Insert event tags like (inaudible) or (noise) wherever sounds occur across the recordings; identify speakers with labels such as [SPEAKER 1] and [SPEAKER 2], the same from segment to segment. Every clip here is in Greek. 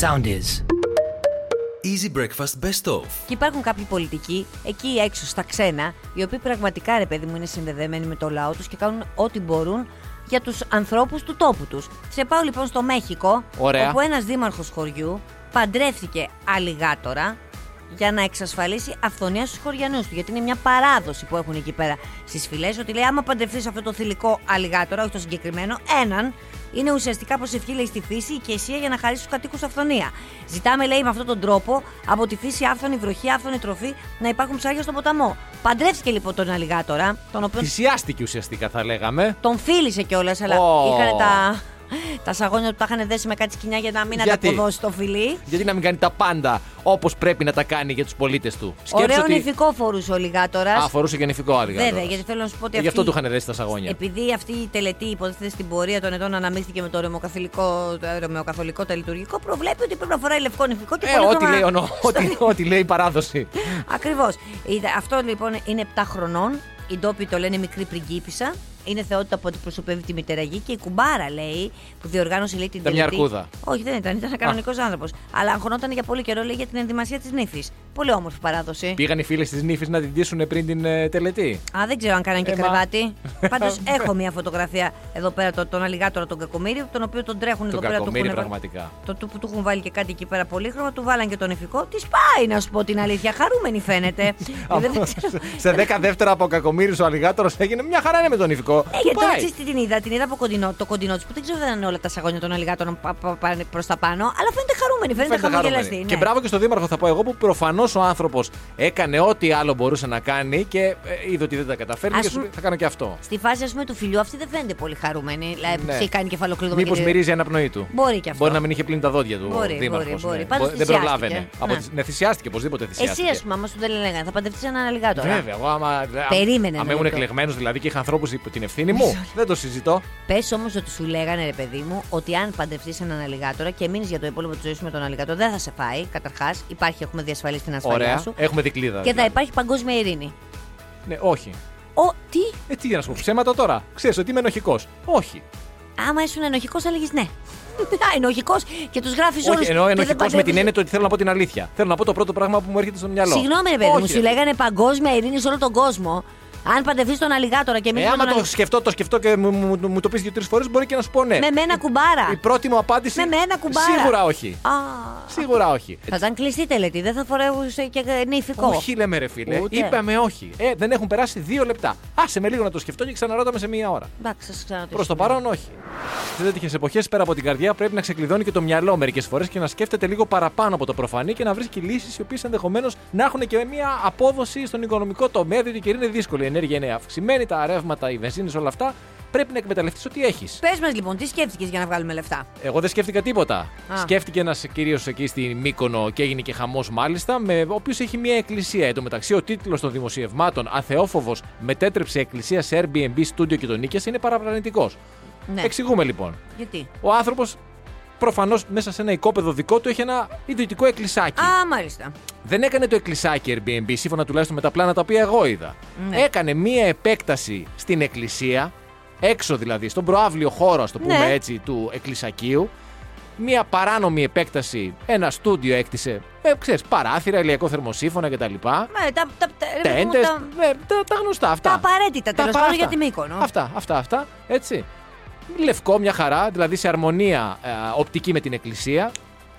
[SPEAKER 1] Sound is.
[SPEAKER 2] Easy Breakfast Best Of.
[SPEAKER 3] Και υπάρχουν κάποιοι πολιτικοί εκεί έξω στα ξένα, οι οποίοι πραγματικά ρε παιδί μου είναι συνδεδεμένοι με το λαό τους και κάνουν ό,τι μπορούν για τους ανθρώπους του τόπου τους. Σε πάω λοιπόν στο Μέχικο,
[SPEAKER 4] Ωραία.
[SPEAKER 3] όπου ένας δήμαρχος χωριού παντρεύτηκε αλιγάτορα για να εξασφαλίσει αυθονία στους χωριανούς του. Γιατί είναι μια παράδοση που έχουν εκεί πέρα στις φυλές, ότι λέει: Άμα παντρευτείς αυτό το θηλυκό αλιγάτορα, όχι το συγκεκριμένο, έναν, είναι ουσιαστικά προσευχή λέει, στη φύση η ηγεσία για να χαρίσει τους κατοίκους αυθονία. Ζητάμε, λέει, με αυτόν τον τρόπο από τη φύση άφθονη βροχή, άφθονη τροφή να υπάρχουν ψάρια στον ποταμό. Παντρεύτηκε λοιπόν τον αλιγάτορα, τον οποίο
[SPEAKER 4] Θυσιάστηκε ουσιαστικά θα λέγαμε.
[SPEAKER 3] τον φίλησε κιόλας, αλλά
[SPEAKER 4] Ω.
[SPEAKER 3] είχαν τα, τα σαγόνια του τα είχαν δέσει με κάτι σκοινιά για να μην
[SPEAKER 4] Γιατί?
[SPEAKER 3] ανταποδώσει το φιλί.
[SPEAKER 4] Γιατί να μην κάνει τα πάντα όπως πρέπει να τα κάνει για τους πολίτες του. Σκέψτε
[SPEAKER 3] Ωραίο
[SPEAKER 4] ότι.
[SPEAKER 3] νηφικό φορούσε ο λιγάτορας.
[SPEAKER 4] Αφορούσε και νηφικό άλγα.
[SPEAKER 3] Βέβαια, γιατί θέλω να σου πω ότι.
[SPEAKER 4] Γι' αυτό
[SPEAKER 3] αυτή-
[SPEAKER 4] του είχαν δέσει τα σαγόνια.
[SPEAKER 3] Επειδή αυτή η τελετή υποτίθεται στην πορεία των ετών αναμίχθηκε με το ρομοκαθολικό, το ρομοκαθολικό τελειτουργικό, προβλέπει ότι πρέπει να φοράει λευκό νηφικό και
[SPEAKER 4] Ε, ό,τι λέει, ο
[SPEAKER 3] (laughs)
[SPEAKER 4] νο- ό,τι- ό,τι λέει η παράδοση.
[SPEAKER 3] Ακριβώς. Αυτό λοιπόν είναι 7 χρονών. Οι ντόπιοι το λένε μικρή πριγκίπισσα. Είναι θεότητα που αντιπροσωπεύει τη μητεραγή και η κουμπάρα λέει που διοργάνωσε λέει την
[SPEAKER 4] Ήταν μια
[SPEAKER 3] τελετή.
[SPEAKER 4] αρκούδα.
[SPEAKER 3] Όχι, δεν ήταν, ήταν ένα κανονικός άνθρωπος. Αλλά αγχωνόταν για πολύ καιρό λέει για την ενδυμασία της νύφης. Πολύ όμορφη παράδοση.
[SPEAKER 4] Πήγαν οι φίλες της νύφης να την ντύσουν πριν την ε, τελετή.
[SPEAKER 3] Α, δεν ξέρω αν κάνανε και
[SPEAKER 4] Ε, μα- (laughs)
[SPEAKER 3] κρεβάτι. Πάντως έχω μια φωτογραφία εδώ πέρα το- τον αλιγάτορα τον Κακομίρη, τον οποίο τον τρέχουν εδώ
[SPEAKER 4] Τον
[SPEAKER 3] πέρα. του
[SPEAKER 4] κακομίρι
[SPEAKER 3] έχουν-
[SPEAKER 4] πραγματικά.
[SPEAKER 3] Το του που του έχουν βάλει και κάτι εκεί πέρα πολύχρωμα, του βάλαν και τον ηφικό. Της πάει να σου πω την αλήθεια. Χαρούμενη
[SPEAKER 4] (laughs)
[SPEAKER 3] φαίνεται. Δηλαδή, δεν ξέρω.
[SPEAKER 4] Σε 10 δεύτερα από κακομίρι ο αλιγάτορος έγινε μια χαρά είναι με τον νηφικό.
[SPEAKER 3] Ε, γιατί τώρα
[SPEAKER 4] Πάει.
[SPEAKER 3] ξέρεις τι την είδα, την είδα από κοντινό, το κοντινό της που δεν ξέρω αν είναι όλα τα σαγόνια των αλιγάτων προς τα πάνω, αλλά φαίνεται χαρούμενη, φαίνεται,
[SPEAKER 4] Φαίνεται
[SPEAKER 3] χαμογελαστή.
[SPEAKER 4] χαρούμενη.
[SPEAKER 3] ναι.
[SPEAKER 4] Και μπράβο και στο Δήμαρχο θα πω εγώ που προφανώς ο άνθρωπος έκανε ό,τι άλλο μπορούσε να κάνει και ε, είδε ότι δεν τα καταφέρνει
[SPEAKER 3] Ας
[SPEAKER 4] και σου
[SPEAKER 3] πούμε-
[SPEAKER 4] λέει, θα κάνω και αυτό.
[SPEAKER 3] Στη φάση ας πούμε, του φιλιού αυτή δεν φαίνεται πολύ χαρούμενη. Δηλαδή
[SPEAKER 4] Ναι.
[SPEAKER 3] έχει κάνει κεφαλοκλείδωμα.
[SPEAKER 4] Μήπως
[SPEAKER 3] και-
[SPEAKER 4] μυρίζει η αναπνοή του.
[SPEAKER 3] Μπορεί και αυτό.
[SPEAKER 4] Μπορεί να μην είχε πλύνει τα δόντια του.
[SPEAKER 3] Μπορεί,
[SPEAKER 4] ο δήμαρχος,
[SPEAKER 3] μπορεί, μπορεί.
[SPEAKER 4] ναι.
[SPEAKER 3] Πάντως
[SPEAKER 4] δεν
[SPEAKER 3] θυσιάστηκε.
[SPEAKER 4] προλάβαινε. Από
[SPEAKER 3] Ναι.
[SPEAKER 4] τις- Ναι, θυσιάστηκε, οπωσδήποτε
[SPEAKER 3] Εσύ,
[SPEAKER 4] θυσιάστηκε.
[SPEAKER 3] α πούμε, άμα σου δεν λέγανε, θα παντρευτείς έναν αλιγάτορα.
[SPEAKER 4] Βέβαια, εγώ άμα.
[SPEAKER 3] Περίμενε ναι,
[SPEAKER 4] Αν
[SPEAKER 3] ένα
[SPEAKER 4] ήμουν
[SPEAKER 3] λεπτό.
[SPEAKER 4] εκλεγμένος δηλαδή και είχα ανθρώπους υπό την ευθύνη μου. δεν το συζητώ.
[SPEAKER 3] Πες όμως ότι σου λέγανε, ρε παιδί μου, ότι αν παντρευτείς έναν αλιγάτορα και μείνεις για το υπόλοιπο της ζωής σου με τον αλιγάτορα, δεν θα σε φάει. Καταρχάς, υπάρχει, έχουμε διασφαλίσει την ασφαλεία
[SPEAKER 4] Ωραία.
[SPEAKER 3] σου.
[SPEAKER 4] Έχουμε
[SPEAKER 3] Και
[SPEAKER 4] δικλίδα.
[SPEAKER 3] θα
[SPEAKER 4] δηλαδή.
[SPEAKER 3] υπάρχει παγκόσμια ειρήνη.
[SPEAKER 4] Ναι, όχι.
[SPEAKER 3] Ο, τι,
[SPEAKER 4] Ε, τι να σου πω, ψέματα τώρα. Ξέρεις ότι είμαι ενοχικός. Όχι.
[SPEAKER 3] άμα ήσουν ενοχικός, θα λέγει ναι. (laughs) ενοχικός και τους γράφεις όλου.
[SPEAKER 4] όχι εννοώ ενοχικός με την έννοια ότι θέλω να πω την αλήθεια. Θέλω να πω το πρώτο πράγμα που μου έρχεται στο μυαλό.
[SPEAKER 3] Συγγνώμη, ρε παιδί μου,
[SPEAKER 4] Όχι.
[SPEAKER 3] σου λέγανε παγκόσμια ειρήνη σε όλο τον κόσμο. Αν παντρευτείς τον αλιγάτορα και μείνει
[SPEAKER 4] Ε, άμα
[SPEAKER 3] με τον
[SPEAKER 4] το
[SPEAKER 3] αλι-
[SPEAKER 4] σκεφτώ, το σκεφτώ και μου, μου, μου- μου το πεις δύο-τρει φορές, μπορεί και να σου πω ναι.
[SPEAKER 3] Με μένα κουμπάρα.
[SPEAKER 4] Η πρώτη μου απάντηση.
[SPEAKER 3] Με μένα κουμπάρα.
[SPEAKER 4] Σίγουρα όχι.
[SPEAKER 3] Α,
[SPEAKER 4] Σίγουρα όχι.
[SPEAKER 3] Θα ήταν κλειστή τελετή, δεν θα φορέουσε και νηφικό.
[SPEAKER 4] Όχι, λέμε ρε φίλε.
[SPEAKER 3] Ούτε.
[SPEAKER 4] Είπαμε όχι. Ε, δεν έχουν περάσει δύο λεπτά. Άσε με λίγο να το σκεφτώ και ξαναρώταμε σε μία ώρα.
[SPEAKER 3] Εντάξει, σας ξαναρωτήσω.
[SPEAKER 4] Προς το παρόν, όχι. Σε τέτοιες εποχές, πέρα από την καρδιά, πρέπει να ξεκλειδώνει και το μυαλό μερικές φορές και να σκέφτεται λίγο παραπάνω από το προφανή και να βρίσκει λύσεις οι οποίες ενδεχομένως να έχουν και μια απόδοση στον οικονομικό τομέα, διότι και είναι δύσκολη. Η ενέργεια είναι αυξημένη, τα ρεύματα, οι βενζίνες, όλα αυτά. Πρέπει να εκμεταλλευτείς ό,τι έχεις.
[SPEAKER 3] Πες μας λοιπόν, τι σκέφτηκες για να βγάλουμε λεφτά.
[SPEAKER 4] Εγώ δεν σκέφτηκα τίποτα.
[SPEAKER 3] Α.
[SPEAKER 4] Σκέφτηκε ένας κύριο εκεί στη Μύκονο και έγινε και χαμός, μάλιστα, με, ο οποίος έχει μια εκκλησία. Εν τω μεταξύ, ο τίτλος των δημοσιευμάτων Αθεόφοβος μετέτρεψε εκκλησία σε Airbnb στούντιο και τον νίκιασε είναι παραπλανητικός.
[SPEAKER 3] Ναι.
[SPEAKER 4] Εξηγούμε λοιπόν.
[SPEAKER 3] Γιατί.
[SPEAKER 4] Ο άνθρωπος προφανώς μέσα σε ένα οικόπεδο δικό του έχει ένα ιδιωτικό εκκλησάκι.
[SPEAKER 3] Α, μάλιστα.
[SPEAKER 4] Δεν έκανε το εκκλησάκι Airbnb, σύμφωνα τουλάχιστον με τα πλάνα τα οποία εγώ είδα.
[SPEAKER 3] Ναι.
[SPEAKER 4] Έκανε μία επέκταση στην εκκλησία, έξω δηλαδή, στον προάβλιο χώρο, ας το πούμε
[SPEAKER 3] Ναι.
[SPEAKER 4] έτσι, του εκκλησακίου. Μία παράνομη επέκταση, ένα στούντιο έκτισε. Ε, ξέρεις, παράθυρα, ηλιακό θερμοσύφωνα κτλ.
[SPEAKER 3] Μα, τα, τα, τα, ρε παιδί μου,
[SPEAKER 4] Τέντες.
[SPEAKER 3] τα-
[SPEAKER 4] Τα, τα γνωστά αυτά.
[SPEAKER 3] τα απαραίτητα τέλος
[SPEAKER 4] πα-
[SPEAKER 3] πάντων
[SPEAKER 4] αυτά.
[SPEAKER 3] για τη Μύκονο.
[SPEAKER 4] Αυτά, αυτά, αυτά. Έτσι. Λευκό, μια χαρά, δηλαδή σε αρμονία ε, οπτική με την εκκλησία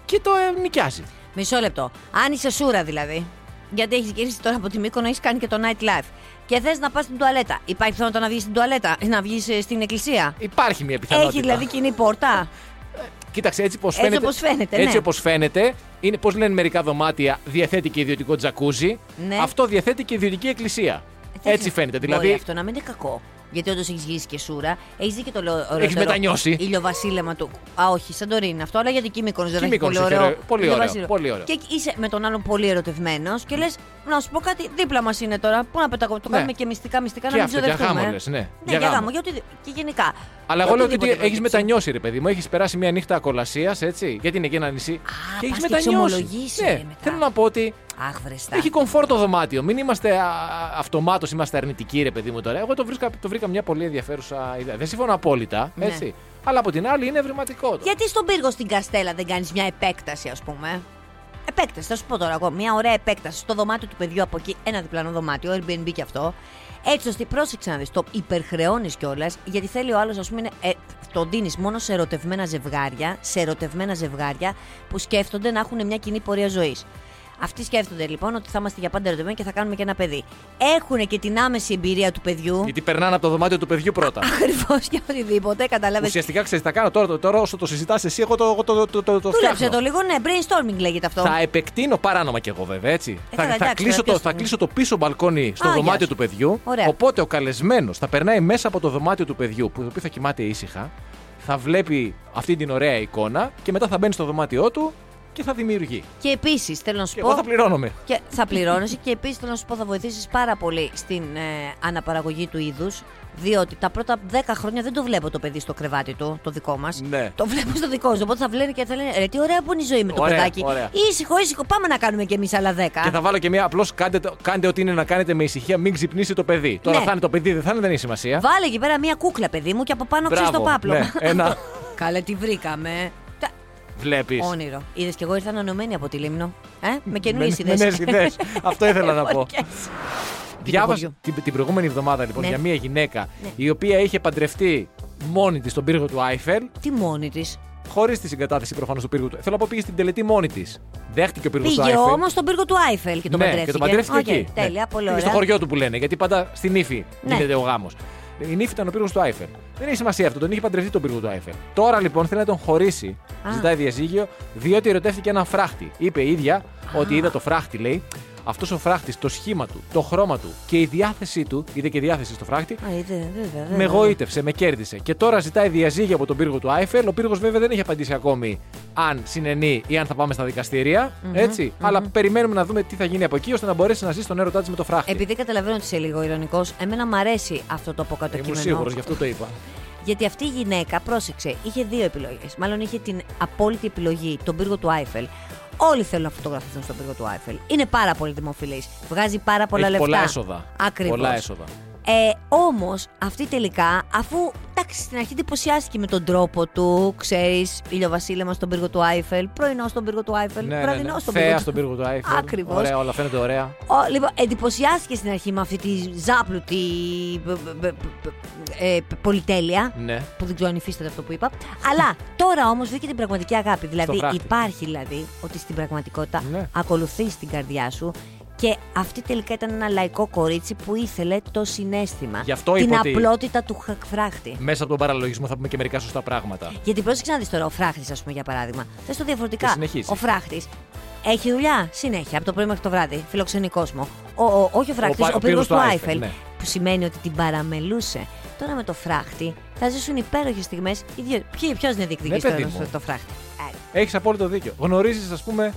[SPEAKER 4] και το ε, νοικιάζει.
[SPEAKER 3] Μισό λεπτό. Αν είσαι σούρα δηλαδή. Γιατί έχεις γυρίσει τώρα από τη Μύκονο, έχεις κάνει και το nightlife. Και θες να πας στην τουαλέτα. Υπάρχει πιθανότητα να βγεις στην τουαλέτα, να βγεις στην εκκλησία.
[SPEAKER 4] Υπάρχει μια πιθανότητα.
[SPEAKER 3] Έχει δηλαδή κοινή πόρτα.
[SPEAKER 4] Κοίταξε, έτσι πώ
[SPEAKER 3] Έτσι
[SPEAKER 4] φαίνεται.
[SPEAKER 3] όπως φαίνεται,
[SPEAKER 4] Έτσι
[SPEAKER 3] ναι.
[SPEAKER 4] όπως φαίνεται, είναι πώ λένε μερικά δωμάτια, διαθέτει και ιδιωτικό τζακούζι.
[SPEAKER 3] Ναι.
[SPEAKER 4] Αυτό διαθέτει και ιδιωτική εκκλησία.
[SPEAKER 3] Δεν
[SPEAKER 4] έτσι
[SPEAKER 3] ξέρω.
[SPEAKER 4] φαίνεται.
[SPEAKER 3] Ε, Μπορεί
[SPEAKER 4] Δηλαδή,
[SPEAKER 3] αυτό να μην είναι κακό. Γιατί όντως έχεις γυρίσει και σούρα, έχεις δει και το λέω.
[SPEAKER 4] μετανιώσει.
[SPEAKER 3] Ηλιοβασίλεμα του. Α, όχι, Σαντορίνη είναι αυτό, αλλά γιατί και η Μύκονος δεν
[SPEAKER 4] Και η
[SPEAKER 3] έχει πολύ
[SPEAKER 4] Μύκονος έχει
[SPEAKER 3] ωραίο.
[SPEAKER 4] ωραίο- πολύ ωραίο,
[SPEAKER 3] ηλιοβασίλεμα.
[SPEAKER 4] πολύ ωραίο.
[SPEAKER 3] Και είσαι με τον άλλον πολύ ερωτευμένος και λες, να σου πω κάτι, δίπλα μας είναι τώρα. Πού να πεταγώ. Το
[SPEAKER 4] Ναι.
[SPEAKER 3] κάνουμε και μυστικά, μυστικά
[SPEAKER 4] Και
[SPEAKER 3] να μην
[SPEAKER 4] αυτό, για
[SPEAKER 3] ξοδευτούμε. ε».
[SPEAKER 4] γάμο λες, ναι.
[SPEAKER 3] για γάμο. για οτι- και γενικά.
[SPEAKER 4] αλλά
[SPEAKER 3] Για
[SPEAKER 4] εγώ λέω ότι
[SPEAKER 3] οτιδήποτε
[SPEAKER 4] έχει
[SPEAKER 3] προκύψει.
[SPEAKER 4] μετανιώσει, ρε παιδί μου. Έχεις περάσει μια νύχτα ακολασίας, έτσι. Γιατί είναι και ένα νησί.
[SPEAKER 3] πας
[SPEAKER 4] έχεις
[SPEAKER 3] και ξεμολογείσαι,
[SPEAKER 4] Ναι,
[SPEAKER 3] ρε, μετά.
[SPEAKER 4] θέλω να πω ότι
[SPEAKER 3] Αχ, βρεστά.
[SPEAKER 4] Έχει κομφόρ το δωμάτιο. Μην είμαστε αυτομάτως, είμαστε αρνητικοί, ρε παιδί μου τώρα. Εγώ το βρήκα, το βρήκα μια πολύ ενδιαφέρουσα ιδέα. Δεν συμφωνώ απόλυτα,
[SPEAKER 3] Ναι.
[SPEAKER 4] έτσι. Αλλά από την άλλη είναι ευρηματικό. Το.
[SPEAKER 3] Γιατί στον πύργο στην Καστέλα δεν κάνεις μια επέκταση, ας πούμε. Επέκταση, θα σου πω τώρα εγώ. Μια ωραία επέκταση στο δωμάτιο του παιδιού από εκεί, ένα διπλανό δωμάτιο, Airbnb κι αυτό. Έτσι ώστε πρόσεξε να δεις, το υπερχρεώνεις κιόλας, γιατί θέλει ο άλλος, ας πούμε, είναι, ε, το δίνει μόνο σε ερωτευμένα ζευγάρια, σε ερωτευμένα ζευγάρια που σκέφτονται να έχουν μια κοινή πορεία ζωής. Αυτοί σκέφτονται λοιπόν ότι θα είμαστε για πάντα ερωτευμένοι και θα κάνουμε και ένα παιδί. Έχουν και την άμεση εμπειρία του παιδιού.
[SPEAKER 4] Γιατί περνάνε από το δωμάτιο του παιδιού πρώτα.
[SPEAKER 3] Ακριβώς και οτιδήποτε, κατάλαβες.
[SPEAKER 4] Ουσιαστικά ξέρεις, τα κάνω τώρα, τώρα όσο το συζητάς εσύ, εγώ το, εγώ το, το, το, το
[SPEAKER 3] Δούλεψε
[SPEAKER 4] φτιάχνω.
[SPEAKER 3] το λίγο, ναι, brainstorming λέγεται αυτό.
[SPEAKER 4] Θα επεκτείνω παράνομα κι εγώ, βέβαια, έτσι.
[SPEAKER 3] Ε,
[SPEAKER 4] θα,
[SPEAKER 3] καλά,
[SPEAKER 4] θα
[SPEAKER 3] εντάξει, τώρα,
[SPEAKER 4] κλείσω το,
[SPEAKER 3] ποιος
[SPEAKER 4] θα
[SPEAKER 3] είναι.
[SPEAKER 4] κλείσω το πίσω μπαλκόνι στο
[SPEAKER 3] Α, γεια
[SPEAKER 4] δωμάτιο
[SPEAKER 3] σου.
[SPEAKER 4] του παιδιού.
[SPEAKER 3] Ωραία.
[SPEAKER 4] Οπότε ο καλεσμένος θα περνάει μέσα από το δωμάτιο του παιδιού, που το οποίο θα κοιμάται ήσυχα, θα βλέπει αυτή την ωραία εικόνα και μετά θα μπαίνει στο δωμάτιό του και θα δημιουργεί.
[SPEAKER 3] Και επίσης θέλω να σου
[SPEAKER 4] Και
[SPEAKER 3] πω.
[SPEAKER 4] εγώ θα πληρώνομαι.
[SPEAKER 3] Και θα πληρώνεσαι και επίσης θέλω να σου πω θα βοηθήσεις πάρα πολύ στην ε, αναπαραγωγή του είδους. Διότι τα πρώτα 10 χρόνια δεν το βλέπω το παιδί στο κρεβάτι του, το δικό μας.
[SPEAKER 4] Ναι.
[SPEAKER 3] Το βλέπω στο δικό σου. Οπότε θα βλέπει και θα λένε Ρε, τι ωραία που είναι η ζωή με το
[SPEAKER 4] Ωραία,
[SPEAKER 3] παιδάκι.
[SPEAKER 4] ωραία.
[SPEAKER 3] Ήσυχο, ήσυχο. Πάμε να κάνουμε κι εμείς άλλα 10.
[SPEAKER 4] Και θα βάλω και μια απλώς κάντε, το- κάντε ό,τι είναι να κάνετε με ησυχία, μην ξυπνήσει το παιδί. Τώρα
[SPEAKER 3] Ναι.
[SPEAKER 4] θα είναι το παιδί, δεν θα είναι, δεν έχει σημασία.
[SPEAKER 3] Βάλε εκεί πέρα μία κούκλα, παιδί μου, και από πάνω ξέρεις το
[SPEAKER 4] Μπράβο,
[SPEAKER 3] πάπλο.
[SPEAKER 4] ναι,
[SPEAKER 3] (laughs)
[SPEAKER 4] ένα.
[SPEAKER 3] Καλέ, τι βρήκαμε. Τα...
[SPEAKER 4] Βλέπεις.
[SPEAKER 3] Όνειρο. Είδες κι εγώ ήρθα ανανεωμένη από τη λίμνο. Ε? Με
[SPEAKER 4] Με-
[SPEAKER 3] καινούριες
[SPEAKER 4] με νέες
[SPEAKER 3] ιδέε.
[SPEAKER 4] ιδέες. Αυτό ήθελα
[SPEAKER 3] (laughs)
[SPEAKER 4] να πω. Διάβασα
[SPEAKER 3] χωριού.
[SPEAKER 4] την, την προηγούμενη εβδομάδα λοιπόν
[SPEAKER 3] Ναι.
[SPEAKER 4] για μια γυναίκα η οποία είχε παντρευτεί μόνη της στον πύργο του Άιφελ,
[SPEAKER 3] (laughs) Τι μόνη της.
[SPEAKER 4] χωρίς τη συγκατάθεση προφανώς του πύργου του. Θέλω να πω πήγε στην τελετή μόνη της. Δέχτηκε ο πύργος του
[SPEAKER 3] Πήγε
[SPEAKER 4] Άιφελ.
[SPEAKER 3] όμως στον πύργο του Άιφελ και τον
[SPEAKER 4] ναι,
[SPEAKER 3] παντρεύτηκε.
[SPEAKER 4] και τον παντρεύτηκε
[SPEAKER 3] Οκ,
[SPEAKER 4] εκεί.
[SPEAKER 3] Τέλεια,
[SPEAKER 4] ναι.
[SPEAKER 3] πολύ
[SPEAKER 4] Πήγε στο
[SPEAKER 3] ωραία.
[SPEAKER 4] χωριό του που λένε, γιατί πάντα στην ύφη
[SPEAKER 3] Ναι.
[SPEAKER 4] γίνεται ο γάμος. Η νύφη ήταν ο πύργος του Άιφελ. Δεν έχει σημασία αυτό, τον είχε παντρευτεί τον πύργο του Άιφελ. Τώρα λοιπόν θέλει να τον χωρίσει.
[SPEAKER 3] Α.
[SPEAKER 4] Ζητάει διαζύγιο, διότι ερωτεύτηκε έναν φράχτη. Είπε η ίδια ότι είδα το φράχτη, λέει. Αυτός ο φράχτης, το σχήμα του, το χρώμα του και η διάθεσή του, είδε και διάθεση στο φράχτη,
[SPEAKER 3] Α, είδε, βέβαια, βέβαια.
[SPEAKER 4] με γοήτευσε, με κέρδισε. Και τώρα ζητάει διαζύγιο από τον πύργο του Άιφελ. Ο πύργος βέβαια δεν έχει απαντήσει ακόμη αν συνενεί ή αν θα πάμε στα δικαστηρια ετσι Αλλά περιμένουμε να δούμε τι θα γίνει από εκεί ώστε να μπορέσει να ζήσει τον έρωτά της με το φράχτη.
[SPEAKER 3] Επειδή καταλαβαίνω ότι είσαι λίγο ηρωνικός, εμένα μου αρέσει αυτό το αποκατοκείμενο.
[SPEAKER 4] Ήμουν σίγουρος, γι' αυτό το είπα.
[SPEAKER 3] Γιατί αυτή η γυναίκα, πρόσεξε, είχε δύο επιλογές. Μάλλον είχε την απόλυτη επιλογή, τον πύργο του Άιφελ. Όλοι θέλουν να φωτογραφηθούν στον πύργο του Άιφελ. Είναι πάρα πολύ δημοφιλής. Βγάζει πάρα πολλά
[SPEAKER 4] έχει
[SPEAKER 3] λεφτά.
[SPEAKER 4] πολλά έσοδα.
[SPEAKER 3] Ακριβώς.
[SPEAKER 4] Πολλά έσοδα.
[SPEAKER 3] Ε, Όμως, αυτή τελικά, αφού εντάξει, στην αρχή εντυπωσιάστηκε με τον τρόπο του, ξέρεις, ηλιοβασίλεμα στον πύργο του Άιφελ, πρωινό στον πύργο του Άιφελ, βραδινό στον
[SPEAKER 4] Ναι, Θέα
[SPEAKER 3] πύργο του
[SPEAKER 4] στον πύργο του Άιφελ.
[SPEAKER 3] Ακριβώς.
[SPEAKER 4] Ωραία, όλα φαίνονται ωραία.
[SPEAKER 3] Ο, λοιπόν, εντυπωσιάστηκε στην αρχή με αυτή τη ζάπλουτη π- π- π- π- ε, π- πολυτέλεια.
[SPEAKER 4] Ναι.
[SPEAKER 3] Που δεν ξέρω αν υφίσταται αυτό που είπα. Αλλά τώρα όμως βρήκε την πραγματική αγάπη. Δηλαδή
[SPEAKER 4] φράχτη.
[SPEAKER 3] υπάρχει δηλαδή ότι στην πραγματικότητα
[SPEAKER 4] Ναι.
[SPEAKER 3] ακολουθείς την καρδιά σου. Και αυτή τελικά ήταν ένα λαϊκό κορίτσι που ήθελε το συνέστημα.
[SPEAKER 4] Γι' αυτό
[SPEAKER 3] την
[SPEAKER 4] είπα ότι-
[SPEAKER 3] απλότητα του χα- φράχτη.
[SPEAKER 4] Μέσα από τον παραλογισμό θα πούμε και μερικά σωστά πράγματα.
[SPEAKER 3] Γιατί πρόσεξε να δεις τώρα, ο φράχτης, ας πούμε, για παράδειγμα. Θες το
[SPEAKER 4] Και
[SPEAKER 3] διαφορετικά.
[SPEAKER 4] συνεχίζει.
[SPEAKER 3] Ο φράχτης έχει δουλειά συνέχεια από το πρωί μέχρι το βράδυ. Φιλοξενεί κόσμο. Ο, ο, όχι ο φράχτης,
[SPEAKER 4] πα-
[SPEAKER 3] ο, πύργο
[SPEAKER 4] ο πύργος
[SPEAKER 3] του
[SPEAKER 4] του
[SPEAKER 3] Άιφελ.
[SPEAKER 4] Άιφελ, ναι.
[SPEAKER 3] Που σημαίνει ότι την παραμελούσε. Τώρα με το φράχτη θα ζήσουν υπέροχες στιγμές. Ποιο είναι διεκδικητή
[SPEAKER 4] Ναι, παιδί
[SPEAKER 3] τώρα
[SPEAKER 4] μου.
[SPEAKER 3] στο το φράχτη. Ε,
[SPEAKER 4] Έχεις απόλυτο δίκιο. Γνωρίζεις, ας πούμε,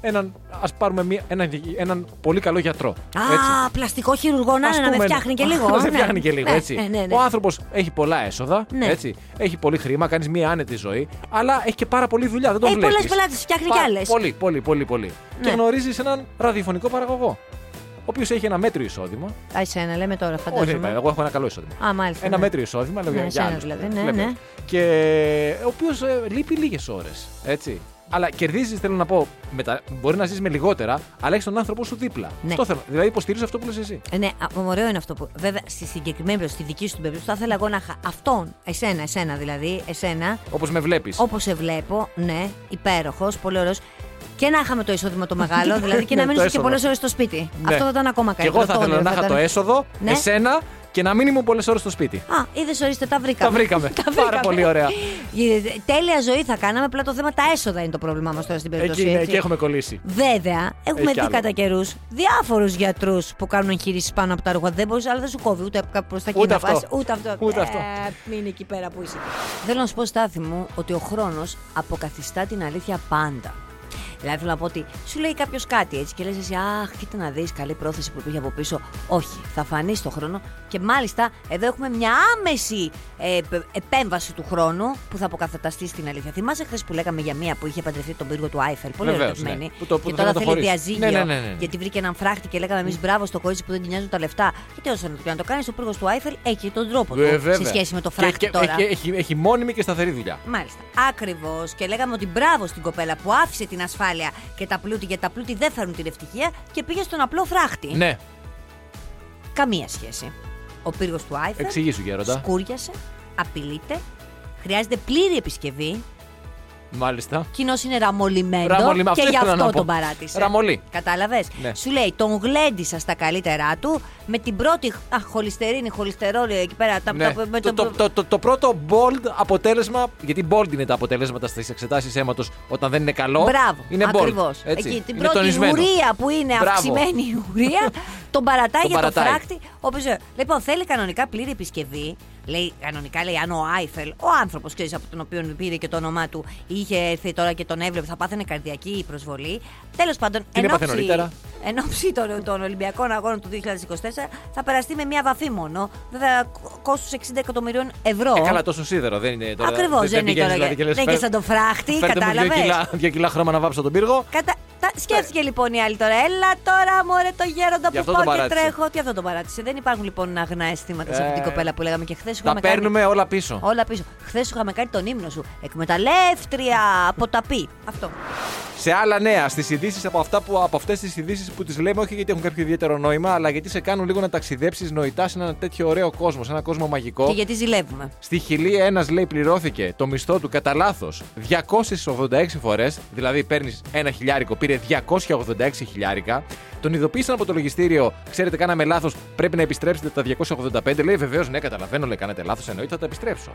[SPEAKER 4] έναν, ας πάρουμε μία, έναν, έναν πολύ καλό γιατρό. Ε, έτσι.
[SPEAKER 3] Α, πλαστικό χειρουργό, να
[SPEAKER 4] Ας
[SPEAKER 3] είναι, να με
[SPEAKER 4] πούμε, (laughs)
[SPEAKER 3] φτιάχνει και λίγο.
[SPEAKER 4] να σε
[SPEAKER 3] ναι.
[SPEAKER 4] φτιάχνει και λίγο,
[SPEAKER 3] Ναι,
[SPEAKER 4] έτσι.
[SPEAKER 3] ναι, ναι, ναι.
[SPEAKER 4] Ο άνθρωπος έχει πολλά έσοδα,
[SPEAKER 3] Ναι.
[SPEAKER 4] έτσι. έχει πολύ χρήμα, κάνεις μια άνετη ζωή, αλλά έχει και πάρα πολλή δουλειά. Δεν τον
[SPEAKER 3] Έχει
[SPEAKER 4] βλέπεις.
[SPEAKER 3] Ε, πολλές πελάτες, φτιάχνει
[SPEAKER 4] Πα-
[SPEAKER 3] κι άλλες.
[SPEAKER 4] Πολύ, πολύ, πολύ. πολύ.
[SPEAKER 3] Ναι.
[SPEAKER 4] Και γνωρίζεις έναν ραδιοφωνικό παραγωγό, ο οποίος έχει ένα μέτριο εισόδημα.
[SPEAKER 3] Α, εσένα, λέμε τώρα,
[SPEAKER 4] Όχι, δεν είπα,
[SPEAKER 3] φαντάζομαι.
[SPEAKER 4] εγώ έχω ένα καλό εισόδημα.
[SPEAKER 3] Α, μάλιστα.
[SPEAKER 4] Ένα
[SPEAKER 3] ναι.
[SPEAKER 4] μέτριο εισόδημα, λέω
[SPEAKER 3] Ναι,
[SPEAKER 4] για- για
[SPEAKER 3] εσένα
[SPEAKER 4] άλλους,
[SPEAKER 3] δηλαδή, ναι,
[SPEAKER 4] βλέπετε.
[SPEAKER 3] ναι.
[SPEAKER 4] Και ο οποίος λείπει λίγες ώρες. Έτσι. Αλλά κερδίζεις, θέλω να πω, μετά, μπορεί να ζεις με λιγότερα, αλλά έχεις τον άνθρωπό σου δίπλα.
[SPEAKER 3] Ναι.
[SPEAKER 4] Αυτό θέλω. Δηλαδή, υποστηρίζω αυτό που λες εσύ.
[SPEAKER 3] Ε, Ναι, α, ωραίο είναι αυτό που. Βέβαια, στη συγκεκριμένη περίπτωση, στη δική σου την περίπτωση, θα ήθελα εγώ να είχα αυτόν, εσένα, εσένα δηλαδή, εσένα,
[SPEAKER 4] Όπως με βλέπεις.
[SPEAKER 3] όπως σε βλέπω, ναι, υπέροχος, πολύ ωραίος. Και να είχαμε το εισόδημα το μεγάλο, δηλαδή και
[SPEAKER 4] (laughs) Ναι,
[SPEAKER 3] να
[SPEAKER 4] το
[SPEAKER 3] μένει και
[SPEAKER 4] έσοδο.
[SPEAKER 3] πολλές ώρες στο σπίτι.
[SPEAKER 4] Ναι.
[SPEAKER 3] Αυτό θα ήταν ακόμα
[SPEAKER 4] Και
[SPEAKER 3] καλύτερο.
[SPEAKER 4] εγώ
[SPEAKER 3] το
[SPEAKER 4] θα ήθελα
[SPEAKER 3] όνειρο
[SPEAKER 4] να
[SPEAKER 3] θα
[SPEAKER 4] είχα το
[SPEAKER 3] ήταν.
[SPEAKER 4] έσοδο,
[SPEAKER 3] Ναι.
[SPEAKER 4] εσένα και να μην ήμουν πολλές ώρες στο σπίτι.
[SPEAKER 3] Α, είδες ορίστε, τα βρήκαμε.
[SPEAKER 4] Τα βρήκαμε.
[SPEAKER 3] (laughs) Τα
[SPEAKER 4] Πάρα πολύ ωραία.
[SPEAKER 3] Ε, Τέλεια ζωή θα κάναμε, απλά το θέμα τα έσοδα είναι το πρόβλημά μας τώρα στην περίπτωση.
[SPEAKER 4] Εκεί, ναι,
[SPEAKER 3] έτσι.
[SPEAKER 4] εκεί έχουμε κολλήσει.
[SPEAKER 3] Βέβαια, έχουμε
[SPEAKER 4] Έχει
[SPEAKER 3] δει
[SPEAKER 4] Ε, άλλο.
[SPEAKER 3] κατά καιρούς διάφορους γιατρούς που κάνουν εγχειρήσει πάνω από τα ρούχα. Δεν μπορείς, αλλά δεν σου κόβει ούτε προς τα
[SPEAKER 4] Ούτε
[SPEAKER 3] κίνα.
[SPEAKER 4] αυτό.
[SPEAKER 3] πας, Ούτε αυτό.
[SPEAKER 4] Ούτε
[SPEAKER 3] Ε,
[SPEAKER 4] αυτό.
[SPEAKER 3] Μείνει εκεί πέρα που είσαι. Θέλω να σου πω, Στάθη μου, ότι ο χρόνος αποκαθιστά την αλήθεια πάντα. Δηλαδή θέλω να πω ότι σου λέει κάποιος κάτι έτσι και λες εσύ, Αχ, κοίτα να δεις, καλή πρόθεση που υπήρχε από πίσω. Όχι, θα φανείς στο χρόνο. Και μάλιστα εδώ έχουμε μια άμεση ε, πε- επέμβαση του χρόνου που θα αποκαθαταστεί στην αλήθεια. Θυμάσαι χθες που λέγαμε για μία που είχε παντρευτεί τον πύργο του Άιφελ. Πολύ
[SPEAKER 4] Βεβαίως,
[SPEAKER 3] ερωτευμένη.
[SPEAKER 4] ναι. Που το- που
[SPEAKER 3] και
[SPEAKER 4] το
[SPEAKER 3] τώρα
[SPEAKER 4] θέλει να το
[SPEAKER 3] θέλει
[SPEAKER 4] χωρίσει.
[SPEAKER 3] διαζύγιο.
[SPEAKER 4] Ναι, ναι, ναι, ναι.
[SPEAKER 3] Γιατί βρήκε έναν φράχτη και λέγαμε εμείς μπράβο στο κορίτσι που δεν την νοιάζουν τα λεφτά. Και τέλος πάντων, να το κάνεις ο πύργο του Άιφελ έχει τον τρόπο του
[SPEAKER 4] Ε, βέβαια.
[SPEAKER 3] σε σχέση με το
[SPEAKER 4] Και-
[SPEAKER 3] φράχτη
[SPEAKER 4] και-
[SPEAKER 3] τώρα.
[SPEAKER 4] Έχει, έχει, έχει μόνιμη και σταθερή δουλειά.
[SPEAKER 3] Μάλιστα. Ακριβώς. Και λέγαμε ότι μπράβο στην κοπέλα που άφησε την ασφάλεια και τα πλούτη, γιατί τα πλούτη δεν φέρνουν την ευτυχία και πήγε στον απλό φράχτη.
[SPEAKER 4] Ναι,
[SPEAKER 3] Καμία σχέση. Ο πύργος του Άιφερ
[SPEAKER 4] εξηγήσου γέροντα.
[SPEAKER 3] σκούριασε, απειλείται, χρειάζεται πλήρη επισκευή.
[SPEAKER 4] Μάλιστα.
[SPEAKER 3] Κοινός είναι ραμολιμένο
[SPEAKER 4] Ραμολι- αυτό
[SPEAKER 3] και γι'
[SPEAKER 4] ήθελα να
[SPEAKER 3] αυτό
[SPEAKER 4] πω.
[SPEAKER 3] τον παράτησε.
[SPEAKER 4] Ραμολί.
[SPEAKER 3] Κατάλαβες.
[SPEAKER 4] Ναι.
[SPEAKER 3] Σου λέει, τον γλέντισα στα καλύτερά του με την πρώτη. Α, χολυστερίνη, χολυστερόλη εκεί πέρα. Τα,
[SPEAKER 4] Ναι.
[SPEAKER 3] τα- με
[SPEAKER 4] το, το, το, το, το πρώτο bold αποτέλεσμα, γιατί bold είναι τα αποτελέσματα στις εξετάσεις αίματος όταν δεν είναι καλό.
[SPEAKER 3] Μπράβο.
[SPEAKER 4] είναι bold.
[SPEAKER 3] Ακριβώς.
[SPEAKER 4] έτσι.
[SPEAKER 3] Εκεί την
[SPEAKER 4] Είναι
[SPEAKER 3] πρώτη
[SPEAKER 4] τονισμένο.
[SPEAKER 3] ουρία που είναι
[SPEAKER 4] Μπράβο.
[SPEAKER 3] αυξημένη
[SPEAKER 4] (laughs)
[SPEAKER 3] ουρία, τον παρατάει
[SPEAKER 4] Τον
[SPEAKER 3] για το
[SPEAKER 4] παρατάει.
[SPEAKER 3] φράκτη. ο οποίος, ε, λοιπόν, θέλει κανονικά πλήρη επισκευή. Λέει, κανονικά λέει, αν ο Άιφελ, ο άνθρωπος, ξέρεις από τον οποίο πήρε και το όνομά του, είχε έρθει τώρα και τον έβλεπε, θα πάθαινε καρδιακή προσβολή. Τέλος πάντων, εν
[SPEAKER 4] Την έπαθε
[SPEAKER 3] ώψη-
[SPEAKER 4] νωρίτερα.
[SPEAKER 3] Εν ώψη των, των Ολυμπιακών Αγώνων του 2024 θα περαστεί με μία βαφή μόνο. Βέβαια, κόστου 60 εκατομμυρίων ευρώ.
[SPEAKER 4] Ε, καλά, τόσο σίδερο δεν είναι τώρα.
[SPEAKER 3] Ακριβώς δεν, είναι
[SPEAKER 4] πηγαίνεις
[SPEAKER 3] τώρα.
[SPEAKER 4] δηλαδή και λες,
[SPEAKER 3] δεν είναι και
[SPEAKER 4] φέρ-
[SPEAKER 3] σαν τον φράχτη,
[SPEAKER 4] φέρτε μου δύο
[SPEAKER 3] κατάλαβε.
[SPEAKER 4] κιλά, δύο κιλά χρώμα να βάψω τον πύργο.
[SPEAKER 3] Κατα... Τα... Σκέφτηκε λοιπόν η άλλη τώρα. Έλα τώρα, μωρέ το γέροντα
[SPEAKER 4] Ναι. Γι'
[SPEAKER 3] που
[SPEAKER 4] αυτό
[SPEAKER 3] πάω
[SPEAKER 4] τον
[SPEAKER 3] και
[SPEAKER 4] παράτησε.
[SPEAKER 3] τρέχω. Τι αυτό τον παράτησε. Δεν υπάρχουν λοιπόν αγνά αισθήματα σε αυτή την
[SPEAKER 4] Ε,
[SPEAKER 3] κοπέλα που λέγαμε και χθες.
[SPEAKER 4] Τα παίρνουμε όλα πίσω.
[SPEAKER 3] όλα πίσω. Χθες σου είχαμε κάνει τον ύμνο σου. Εκμεταλλεύτρια, ποταπή. Αυτό.
[SPEAKER 4] Σε άλλα νέα, στις ειδήσεις από, αυτά που, από αυτές τις ειδήσεις που τις λέμε, όχι γιατί έχουν κάποιο ιδιαίτερο νόημα, αλλά γιατί σε κάνουν λίγο να ταξιδέψεις νοητά σε έναν τέτοιο ωραίο κόσμο, σε έναν κόσμο μαγικό.
[SPEAKER 3] Και γιατί ζηλεύουμε.
[SPEAKER 4] Στη Χιλή, ένας λέει πληρώθηκε το μισθό του κατά λάθος 286 φορές, δηλαδή παίρνεις ένα χιλιάρικο, πήρε 286 χιλιάρικα. Τον ειδοποίησαν από το λογιστήριο, ξέρετε, κάναμε λάθος, πρέπει να επιστρέψετε τα 285. Λέει, βεβαίως, ναι, καταλαβαίνω, λέει, κάνετε λάθος, εννοείται, θα τα επιστρέψω.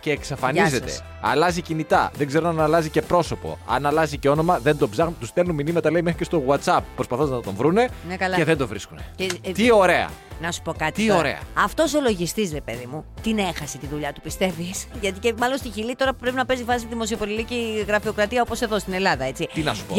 [SPEAKER 4] Και
[SPEAKER 3] Γεια
[SPEAKER 4] εξαφανίζεται.
[SPEAKER 3] σας.
[SPEAKER 4] Αλλάζει κινητά. Δεν ξέρω αν αλλάζει και πρόσωπο. Αν αλλάζει και όνομα, δεν τον ψάχνουν. Τους στέλνουν μηνύματα, λέει, μέχρι και στο WhatsApp. Προσπαθώντας να τον βρούνε
[SPEAKER 3] Ναι, καλά.
[SPEAKER 4] και δεν τον βρίσκουν.
[SPEAKER 3] Και, ε,
[SPEAKER 4] Τι ωραία!
[SPEAKER 3] Να σου πω κάτι.
[SPEAKER 4] Τι ωραία.
[SPEAKER 3] Αυτός ο λογιστής, ρε παιδί μου, την έχασε τη δουλειά του, πιστεύεις. (laughs) Γιατί και μάλλον στη Χιλή τώρα πρέπει να παίζει φάση δημοσιοπολιτική γραφειοκρατία όπως εδώ στην Ελλάδα, έτσι.
[SPEAKER 4] Τι να σου πω.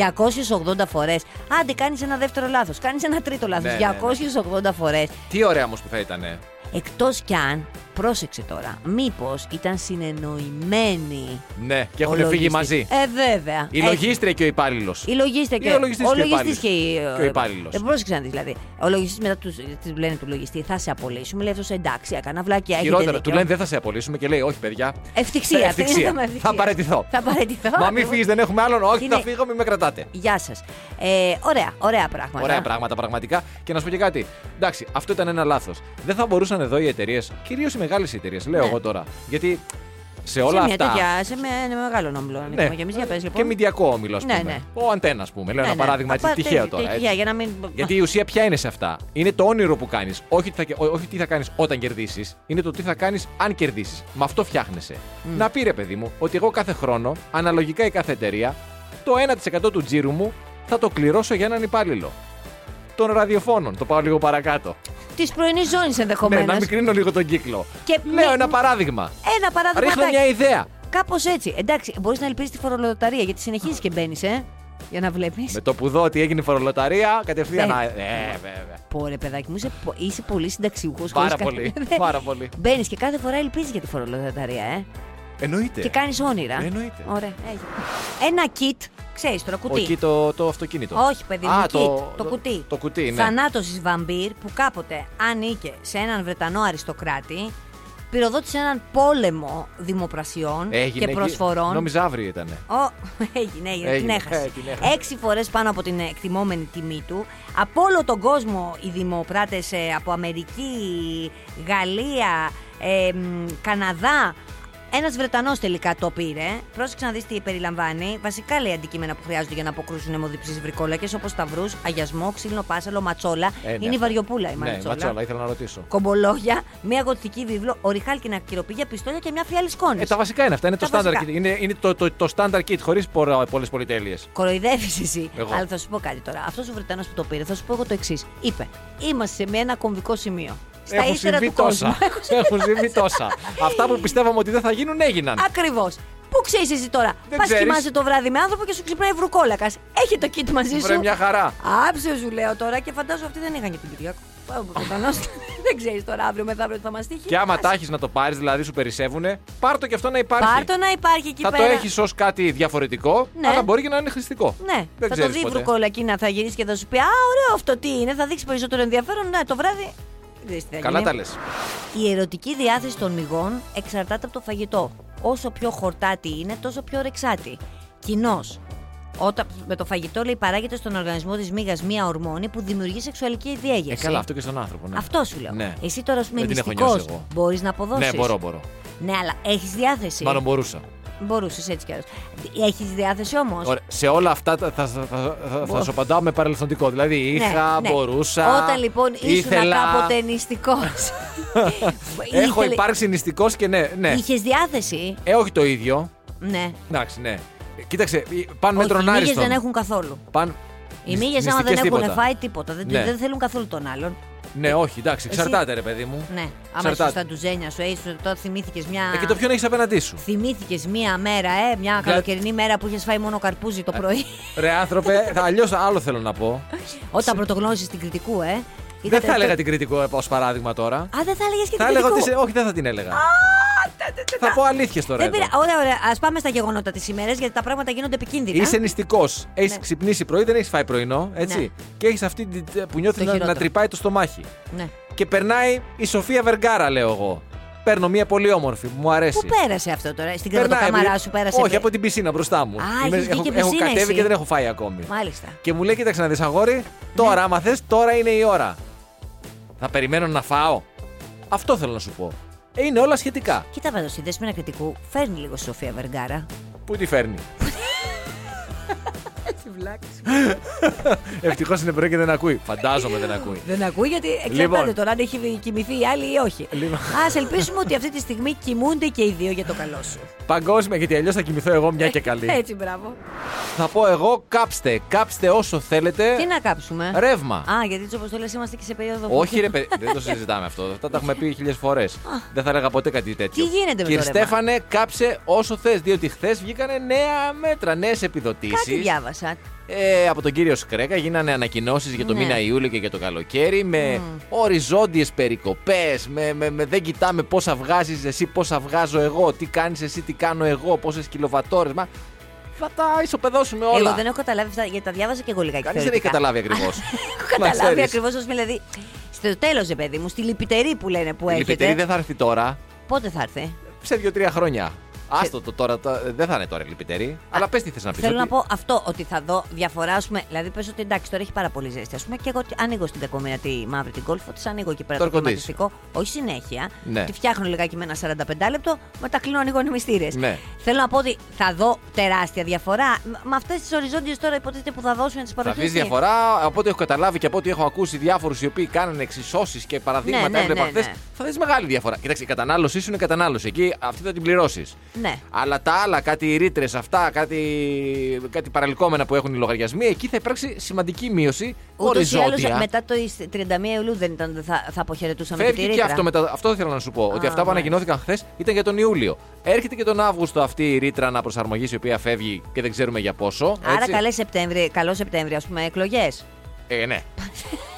[SPEAKER 3] 280 φορές. Άντε, κάνεις ένα δεύτερο λάθος, κάνεις ένα τρίτο λάθος.
[SPEAKER 4] Ναι, ναι,
[SPEAKER 3] 280
[SPEAKER 4] ναι.
[SPEAKER 3] φορές.
[SPEAKER 4] Τι ωραία όμως που θα ήταν.
[SPEAKER 3] Εκτός κι αν, πρόσεξε τώρα, μήπως ήταν συνεννοημένοι.
[SPEAKER 4] Ναι,
[SPEAKER 3] ο
[SPEAKER 4] και έχουν φύγει
[SPEAKER 3] λογιστής.
[SPEAKER 4] μαζί.
[SPEAKER 3] Ε, βέβαια.
[SPEAKER 4] Η
[SPEAKER 3] Ε,
[SPEAKER 4] λογίστρια και ο υπάλληλος.
[SPEAKER 3] η λογίστρια
[SPEAKER 4] Ή
[SPEAKER 3] και
[SPEAKER 4] ο λογιστής και ο
[SPEAKER 3] λογιστής και, ε,
[SPEAKER 4] υπάλληλος. Και ο υπάλληλος.
[SPEAKER 3] Δεν πρόσεξα να δεις, δηλαδή. Ο λογιστής μετά τους της λένε του λογιστή, θα σε απολύσουμε. Λέει αυτός εντάξει, έκανα βλάκια. έχετε
[SPEAKER 4] Χειρότερα,
[SPEAKER 3] δίκιο».
[SPEAKER 4] του λένε δεν θα σε απολύσουμε και λέει όχι, παιδιά.
[SPEAKER 3] Ευτυχία.
[SPEAKER 4] Ε,
[SPEAKER 3] αυτή είναι
[SPEAKER 4] ευτυχία.
[SPEAKER 3] η θέμα ευτυχίας.
[SPEAKER 4] Θα παραιτηθώ.
[SPEAKER 3] Θα παραιτηθώ.
[SPEAKER 4] Μα μην
[SPEAKER 3] ακριβώς.
[SPEAKER 4] φύγεις, δεν έχουμε άλλον. Όχι,
[SPEAKER 3] Είναι-
[SPEAKER 4] θα φύγω, μην με κρατάτε.
[SPEAKER 3] Γεια σας. Ε, ωραία, ωραία πράγματα.
[SPEAKER 4] Ωραία πράγματα πραγματικά. Και να σου πω και κάτι. Εντάξει, αυτό ήταν ένα λάθος. Δεν θα μπορούσαν εδώ οι εταιρείες, κυρίως οι μεγάλες εταιρείες, λέω
[SPEAKER 3] Ναι.
[SPEAKER 4] εγώ τώρα. Γιατί σε
[SPEAKER 3] Σε
[SPEAKER 4] όλα
[SPEAKER 3] μια
[SPEAKER 4] αυτά.
[SPEAKER 3] τέτοια, σε με, ένα μεγάλο νόμιλο. Ναι. Και εμείς για πες, λοιπόν.
[SPEAKER 4] και μηντιακό όμιλο, ας
[SPEAKER 3] Ναι,
[SPEAKER 4] πούμε.
[SPEAKER 3] ναι.
[SPEAKER 4] Ο αντένας, ας πούμε. Λέω
[SPEAKER 3] Ναι,
[SPEAKER 4] ένα
[SPEAKER 3] ναι.
[SPEAKER 4] παράδειγμα έτσι,
[SPEAKER 3] Απα-
[SPEAKER 4] τυχαίο
[SPEAKER 3] τε-
[SPEAKER 4] τώρα.
[SPEAKER 3] Τυχαία,
[SPEAKER 4] έτσι.
[SPEAKER 3] για να μην.
[SPEAKER 4] Γιατί η ουσία ποια είναι σε αυτά. Είναι το όνειρο που κάνεις. Όχι, τι θα- ό- όχι τι θα κάνεις όταν κερδίσεις. Είναι το τι θα κάνεις αν κερδίσεις. Με αυτό φτιάχνεσαι. Να πει ρε παιδί μου ότι εγώ κάθε χρόνο, αναλογικά η κάθε εταιρεία, το 1% του τζίρου μου θα το κληρώσω για έναν υπάλληλο. Των ραδιοφώνων. Το πάω λίγο παρακάτω.
[SPEAKER 3] Της πρωινής ζώνης
[SPEAKER 4] Ναι,
[SPEAKER 3] ενδεχομένω.
[SPEAKER 4] να μικρύνω λίγο τον κύκλο.
[SPEAKER 3] Και
[SPEAKER 4] Λέω
[SPEAKER 3] μη-
[SPEAKER 4] ένα παράδειγμα.
[SPEAKER 3] Ένα
[SPEAKER 4] Ρίχνω μια
[SPEAKER 3] παράδειγμα.
[SPEAKER 4] ιδέα.
[SPEAKER 3] Κάπως έτσι. Εντάξει, μπορείς να ελπίζεις τη φορολοταρία γιατί συνεχίζεις και μπαίνεις, ε. Για να βλέπεις.
[SPEAKER 4] Με το που δω ότι έγινε η φορολοταρία, κατευθείαν.
[SPEAKER 3] Ναι.
[SPEAKER 4] να- Ε, βέβαια.
[SPEAKER 3] Πόρε, παιδάκι μου, είσαι, πο- είσαι πολύ συνταξιούχος.
[SPEAKER 4] Πάρα
[SPEAKER 3] (laughs)
[SPEAKER 4] πολύ. Πάρα πολύ.
[SPEAKER 3] Μπαίνεις και κάθε φορά ελπίζεις για τη φορολοταρία, ε.
[SPEAKER 4] Εννοείται.
[SPEAKER 3] Και κάνεις όνειρα.
[SPEAKER 4] Ε, εννοείται.
[SPEAKER 3] Ωραία, έγινε. Ένα κιτ, ξέρει τώρα, κουτί.
[SPEAKER 4] Όχι το, το αυτοκίνητο.
[SPEAKER 3] Όχι, παιδί μου,
[SPEAKER 4] Α,
[SPEAKER 3] kit, το, κουτί.
[SPEAKER 4] Το κουτί, ναι.
[SPEAKER 3] Θανάτωσης βαμπύρ που κάποτε ανήκε σε έναν Βρετανό αριστοκράτη, πυροδότησε έναν πόλεμο δημοπρασιών
[SPEAKER 4] Έγινε
[SPEAKER 3] και
[SPEAKER 4] εκεί.
[SPEAKER 3] προσφορών.
[SPEAKER 4] Νόμιζα αύριο ήταν.
[SPEAKER 3] Ω, (laughs) έγινε, έγινε, την
[SPEAKER 4] Έγινε,
[SPEAKER 3] έχασε.
[SPEAKER 4] ε, την έχασε.
[SPEAKER 3] Έξι φορές πάνω από την εκτιμόμενη τιμή του. Από όλο τον κόσμο οι δημοπράτες από Αμερική, Γαλλία, ε, μ, Καναδά. Ένας Βρετανός τελικά το πήρε. Πρόσεξε να δεις τι περιλαμβάνει. Βασικά λέει αντικείμενα που χρειάζονται για να αποκρούσουν αιμοδιψεί βρικόλακες όπως σταυρούς, αγιασμό, ξύλινο πάσαλο, ματσόλα.
[SPEAKER 4] Ε, ναι,
[SPEAKER 3] Είναι η
[SPEAKER 4] αυτό.
[SPEAKER 3] βαριοπούλα η
[SPEAKER 4] ναι, ματσόλα, ήθελα να ρωτήσω.
[SPEAKER 3] Κομπολόγια, μία γοτική βίβλο, οριχάλκινα κυροπήγια, πιστόλια και μια φιάλη σκόνη.
[SPEAKER 4] Ε, τα βασικά είναι αυτά. Είναι
[SPEAKER 3] Τα
[SPEAKER 4] το standard kit.
[SPEAKER 3] βασικά.
[SPEAKER 4] Είναι, είναι το, το, το standard kit χωρίς πολλές πολυτέλειες.
[SPEAKER 3] Κοροϊδεύεις εσύ.
[SPEAKER 4] Εγώ.
[SPEAKER 3] Αλλά θα σου πω κάτι τώρα. Αυτός ο Βρετανός που το πήρε, θα σου πω εγώ το εξής. Είπε, είμαστε σε ένα κομβικό σημείο. Στα
[SPEAKER 4] Έχουν
[SPEAKER 3] ύστερα (laughs)
[SPEAKER 4] συμβεί (laughs)
[SPEAKER 3] του κόσμου.
[SPEAKER 4] τόσα. Έχουν συμβεί τόσα. Αυτά που πιστεύαμε ότι δεν θα γίνουν έγιναν.
[SPEAKER 3] Ακριβώς. Πού ξέρεις εσύ τώρα.
[SPEAKER 4] Δεν
[SPEAKER 3] Πας
[SPEAKER 4] ξέρεις.
[SPEAKER 3] κοιμάσαι το βράδυ με άνθρωπο και σου ξυπνάει βρουκόλακας. Έχει το κίτ μαζί
[SPEAKER 4] Βρε
[SPEAKER 3] σου.
[SPEAKER 4] μια χαρά.
[SPEAKER 3] Άψε σου λέω τώρα και φαντάζομαι αυτοί δεν είχαν και την Κυριακό. Πάω προφανώς.
[SPEAKER 4] (laughs)
[SPEAKER 3] δεν ξέρεις τώρα αύριο μεθαύριο τι θα μας τύχει.
[SPEAKER 4] Και άμα
[SPEAKER 3] Ας-
[SPEAKER 4] τα έχεις να το πάρεις, δηλαδή σου περισσεύουνε, πάρ το και αυτό να υπάρχει.
[SPEAKER 3] Πάρ' το να υπάρχει εκεί
[SPEAKER 4] θα
[SPEAKER 3] πέρα.
[SPEAKER 4] το έχεις ως κάτι διαφορετικό,
[SPEAKER 3] Ναι.
[SPEAKER 4] αλλά μπορεί και να είναι χρηστικό.
[SPEAKER 3] Ναι,
[SPEAKER 4] Δεν
[SPEAKER 3] θα το
[SPEAKER 4] ξέρεις
[SPEAKER 3] δει η
[SPEAKER 4] ποτέ.
[SPEAKER 3] βρουκολακίνα, θα γυρίσει και θα σου πει Α, ωραίο αυτό τι είναι, θα δείξει περισσότερο ενδιαφέρον. Ναι, το βράδυ. δεν ξέρεις τι θα
[SPEAKER 4] Καλά
[SPEAKER 3] γίνει.
[SPEAKER 4] τα λες.
[SPEAKER 3] Η ερωτική διάθεση των μυγών εξαρτάται από το φαγητό. Όσο πιο χορτάτη είναι, τόσο πιο ρεξάτη. Κοινώς. Όταν με το φαγητό λέει παράγεται στον οργανισμό της μύγα μία ορμόνη που δημιουργεί σεξουαλική
[SPEAKER 4] Ε,
[SPEAKER 3] διέγερση.
[SPEAKER 4] καλά, αυτό και στον άνθρωπο. Ναι.
[SPEAKER 3] Αυτό σου λέω.
[SPEAKER 4] Ναι.
[SPEAKER 3] Εσύ τώρα σου
[SPEAKER 4] Δεν την έχω
[SPEAKER 3] μυστικός
[SPEAKER 4] νιώσει εγώ.
[SPEAKER 3] μπορείς να αποδώσεις.
[SPEAKER 4] Ναι, μπορώ, μπορώ.
[SPEAKER 3] Ναι, αλλά έχεις διάθεση.
[SPEAKER 4] Μάλλον μπορούσα.
[SPEAKER 3] Μπορούσες έτσι κι αλλιώ. Έχεις διάθεση όμως.
[SPEAKER 4] Ωραία. Σε όλα αυτά τα- θα, θα, θα, θα,
[SPEAKER 3] Μπο- Ναι,
[SPEAKER 4] θα σου απαντάω με παρελθοντικό. Δηλαδή είχα, μπορούσα.
[SPEAKER 3] Όταν λοιπόν ήσουν κάποτε νηστικός.
[SPEAKER 4] (laughs) Έχω υπάρξει νηστικός και ναι. ναι.
[SPEAKER 3] Είχες διάθεση.
[SPEAKER 4] Ε, όχι το ίδιο.
[SPEAKER 3] Ναι.
[SPEAKER 4] Εντάξει, ναι. Ε, Κοίταξε, ε, παν με
[SPEAKER 3] Όχι,
[SPEAKER 4] τον
[SPEAKER 3] οι μύγες
[SPEAKER 4] Άριστον.
[SPEAKER 3] δεν έχουν καθόλου.
[SPEAKER 4] Παν...
[SPEAKER 3] Οι
[SPEAKER 4] νησ-
[SPEAKER 3] μύγες άμα δεν
[SPEAKER 4] νηστικές
[SPEAKER 3] έχουν
[SPEAKER 4] τίποτα.
[SPEAKER 3] φάει τίποτα, δεν,
[SPEAKER 4] Ναι.
[SPEAKER 3] δεν θέλουν καθόλου τον άλλον.
[SPEAKER 4] Ναι, όχι, εντάξει,
[SPEAKER 3] Εσύ-
[SPEAKER 4] εξαρτάται, ρε παιδί μου.
[SPEAKER 3] Ναι. Άμα
[SPEAKER 4] Εξαρτάται.
[SPEAKER 3] είσαι στα ντουζένια σου, έτσι τώρα θυμήθηκες μια.
[SPEAKER 4] Ε, και το ποιον έχεις απέναντί σου.
[SPEAKER 3] Θυμήθηκες μία μέρα, ε, μια καλοκαιρινή μέρα που είχες φάει μόνο καρπούζι
[SPEAKER 4] Ε.
[SPEAKER 3] το
[SPEAKER 4] (laughs)
[SPEAKER 3] πρωί.
[SPEAKER 4] Ρε άνθρωπε, αλλιώς άλλο θέλω να πω.
[SPEAKER 3] Όταν πρωτογνώρισες την κριτικού, ε.
[SPEAKER 4] δεν
[SPEAKER 3] Είδατε
[SPEAKER 4] θα έλεγα
[SPEAKER 3] το-
[SPEAKER 4] την κριτικό ως παράδειγμα τώρα.
[SPEAKER 3] Α, δεν θα έλεγες και την
[SPEAKER 4] Θα έλεγα
[SPEAKER 3] κριτικού.
[SPEAKER 4] ότι. σε- Όχι, δεν θα την έλεγα. Θα πω αλήθειες τώρα.
[SPEAKER 3] Δεν
[SPEAKER 4] εδώ.
[SPEAKER 3] πειρά... Ωραία, ωραία. Ας πάμε στα γεγονότα της ημέρας γιατί τα πράγματα γίνονται επικίνδυνα.
[SPEAKER 4] Είσαι νηστικός. Έχεις
[SPEAKER 3] Ναι.
[SPEAKER 4] ξυπνήσει πρωί, δεν έχεις φάει πρωινό, έτσι.
[SPEAKER 3] Ναι.
[SPEAKER 4] Και έχεις αυτή την- που
[SPEAKER 3] Το
[SPEAKER 4] νιώθει να,
[SPEAKER 3] χειρότερο.
[SPEAKER 4] να τρυπάει το στομάχι.
[SPEAKER 3] Ναι.
[SPEAKER 4] Και περνάει η Σοφία Βεργάρα, λέω εγώ. Παίρνω μία πολύ όμορφη, που μου αρέσει.
[SPEAKER 3] Πού πέρασε αυτό τώρα, στην
[SPEAKER 4] Περνάει
[SPEAKER 3] κρεβατοκάμαρά
[SPEAKER 4] από-
[SPEAKER 3] σου πέρασε.
[SPEAKER 4] Όχι, από την πισίνα μπροστά μου.
[SPEAKER 3] Α,
[SPEAKER 4] Είμαι-
[SPEAKER 3] έχεις βγει
[SPEAKER 4] έχω,
[SPEAKER 3] και
[SPEAKER 4] έχω
[SPEAKER 3] πισίνα
[SPEAKER 4] κατέβει
[SPEAKER 3] εσύ. Ναι.
[SPEAKER 4] και δεν έχω φάει ακόμη.
[SPEAKER 3] Μάλιστα.
[SPEAKER 4] Και μου λέει, κοίταξε να δεις αγόρι, τώρα άμα θες, τώρα είναι η ώρα. Θα περιμένω να φάω. Αυτό θέλω να σου πω. Ε, Είναι όλα σχετικά.
[SPEAKER 3] Κοίτα πάντω, η δέσμηνα κριτικού φέρνει λίγο στη Σοφία Βεργάρα.
[SPEAKER 4] Πού τη φέρνει. Ευτυχώς είναι πρωί και δεν ακούει. Φαντάζομαι δεν ακούει.
[SPEAKER 3] Δεν ακούει γιατί εξαρτάται
[SPEAKER 4] Λοιπόν.
[SPEAKER 3] τώρα αν έχει κοιμηθεί η άλλη ή όχι.
[SPEAKER 4] Λοιπόν.
[SPEAKER 3] Ας ελπίσουμε ότι αυτή τη στιγμή κοιμούνται και οι δύο για το καλό σου.
[SPEAKER 4] Παγκόσμια, γιατί αλλιώς θα κοιμηθώ εγώ μια και καλή.
[SPEAKER 3] Έτσι, μπράβο.
[SPEAKER 4] θα πω εγώ, κάψτε. Κάψτε όσο θέλετε.
[SPEAKER 3] Τι να κάψουμε.
[SPEAKER 4] Ρεύμα.
[SPEAKER 3] Α, γιατί τι αποστολέ είμαστε και σε περίοδο. που-
[SPEAKER 4] Όχι, ρε παιδί, δεν το συζητάμε αυτό. Αυτά τα έχουμε πει χίλιε φορές. Δεν θα έλεγα ποτέ κάτι τέτοιο.
[SPEAKER 3] Τι γίνεται με το
[SPEAKER 4] Κύριε
[SPEAKER 3] ρεύμα?
[SPEAKER 4] Στέφανε, κάψε όσο θες. Διότι χθες βγήκανε νέα μέτρα, νέες
[SPEAKER 3] Κάτι
[SPEAKER 4] επιδοτήσει.
[SPEAKER 3] διάβασα.
[SPEAKER 4] Ε, από τον κύριο Σκρέκα γίνανε ανακοινώσεις για το
[SPEAKER 3] Ναι.
[SPEAKER 4] μήνα Ιούλιο και για το καλοκαίρι με οριζόντιες περικοπές. Με, με, με, δεν κοιτάμε πόσα βγάζεις εσύ, πόσα βγάζω εγώ, τι κάνεις εσύ, τι κάνω εγώ, πόσες κιλοβατόρες. Μα θα τα ισοπεδώσουμε όλα.
[SPEAKER 3] Εγώ δεν έχω καταλάβει αυτά γιατί τα διάβασα και εγώ λιγάκι.
[SPEAKER 4] Κανείς δεν έχει
[SPEAKER 3] θεωρητικά.
[SPEAKER 4] καταλάβει ακριβώς.
[SPEAKER 3] (laughs) Έχω καταλάβει ακριβώ όσο δηλαδή. Στο τέλος, ρε παιδί μου, στη λυπητερή που λένε που
[SPEAKER 4] Η
[SPEAKER 3] έρχεται.
[SPEAKER 4] Λυπητερή δεν θα έρθει τώρα.
[SPEAKER 3] Πότε θα έρθει.
[SPEAKER 4] σε δύο-τρία χρόνια. Άστο το τώρα, το- δεν θα είναι τώρα λυπητερή. Αλλά πες τι θες να πεις.
[SPEAKER 3] Θέλω να πω αυτό, ότι θα δω διαφορά, ας πούμε, δηλαδή πες ότι εντάξει, τώρα έχει πάρα πολύ ζέστη, ας πούμε, και εγώ ανοίγω στην κακομοίρα τη μαύρη την κόλφο, της ανοίγω εκεί πέρα
[SPEAKER 4] Το
[SPEAKER 3] το,
[SPEAKER 4] air condition.
[SPEAKER 3] κλιματιστικό, όχι συνέχεια,
[SPEAKER 4] Ναι.
[SPEAKER 3] τη φτιάχνω λιγάκι με ένα 45 λεπτό, μετά κλείνω, ανοίγω ανεμιστήρες.
[SPEAKER 4] Ναι.
[SPEAKER 3] Θέλω να πω ότι θα δω τεράστια διαφορά, μ- με αυτές τις οριζόντιες τώρα υποτίθεται που θα δώσουν τις
[SPEAKER 4] Θα
[SPEAKER 3] παροχές.
[SPEAKER 4] δεις
[SPEAKER 3] τι?
[SPEAKER 4] διαφορά από ό,τι έχω καταλάβει και από ό,τι έχω ακούσει διάφορους οι οποίοι κάνανε εξισώσεις και παραδείγματα
[SPEAKER 3] Ναι, ναι,
[SPEAKER 4] έβλεπα
[SPEAKER 3] ναι,
[SPEAKER 4] χθες,
[SPEAKER 3] ναι.
[SPEAKER 4] Θα δεις μεγάλη διαφορά. Κοίταξε, η κατανάλωσή σου είναι κατανάλωση. Εκεί αυτή θα την πληρώσεις.
[SPEAKER 3] Ναι.
[SPEAKER 4] Αλλά τα άλλα, κάτι ρήτρες, αυτά, κάτι, κάτι παραλυκόμενα που έχουν οι λογαριασμοί, εκεί θα υπάρξει σημαντική μείωση.
[SPEAKER 3] Ούτως ή άλλως,
[SPEAKER 4] οριζόντια.
[SPEAKER 3] μετά το 31 Ιουλίου δεν ήταν, δεν θα, θα αποχαιρετούσαμε και τη
[SPEAKER 4] Φεύγει και
[SPEAKER 3] ρήτρα.
[SPEAKER 4] αυτό μετά. Αυτό ήθελα να σου πω. ότι
[SPEAKER 3] Α, ναι.
[SPEAKER 4] αυτά που
[SPEAKER 3] μάλιστα.
[SPEAKER 4] ανακοινώθηκαν χθες ήταν για τον Ιούλιο. Έρχεται και τον Αύγουστο αυτή η ρήτρα αναπροσαρμογή η οποία φεύγει και δεν ξέρουμε για πόσο.
[SPEAKER 3] Άρα
[SPEAKER 4] έτσι.
[SPEAKER 3] καλές Σεπτέμβρη, καλό Σεπτέμβρη, ας πούμε, εκλογές. (laughs)
[SPEAKER 4] Ε, ναι.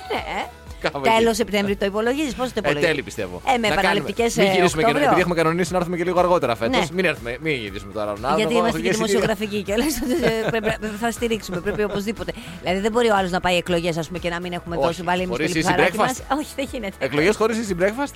[SPEAKER 3] Ε,
[SPEAKER 4] Κάπου εκεί.
[SPEAKER 3] Τέλο Σεπτέμβρη το υπολογίζεις. Πώς το
[SPEAKER 4] Ε,
[SPEAKER 3] υπολογίζεις.
[SPEAKER 4] τέλει πιστεύω.
[SPEAKER 3] Ε, με
[SPEAKER 4] Να
[SPEAKER 3] επαναληπτικέ
[SPEAKER 4] κάνουμε. Μην γυρίσουμε και νω- επειδή έχουμε κανονίσει να έρθουμε και λίγο αργότερα φέτος.
[SPEAKER 3] Ναι.
[SPEAKER 4] Μην, έρθουμε, μην γυρίσουμε τώρα. Να,
[SPEAKER 3] Γιατί
[SPEAKER 4] να-
[SPEAKER 3] είμαστε και
[SPEAKER 4] να-
[SPEAKER 3] δημοσιογραφικοί και λες ότι (laughs) ε, πρέπει- θα στηρίξουμε, πρέπει οπωσδήποτε. Δηλαδή δεν μπορεί ο άλλος να πάει εκλογές, ας πούμε, και να μην έχουμε
[SPEAKER 4] Όχι,
[SPEAKER 3] δώσει βάλει εμείς το
[SPEAKER 4] χωρίς easy
[SPEAKER 3] λιθαράκι μας.
[SPEAKER 4] breakfast.
[SPEAKER 3] Όχι, δεν γίνεται.
[SPEAKER 4] Εκλογές χωρίς easy breakfast.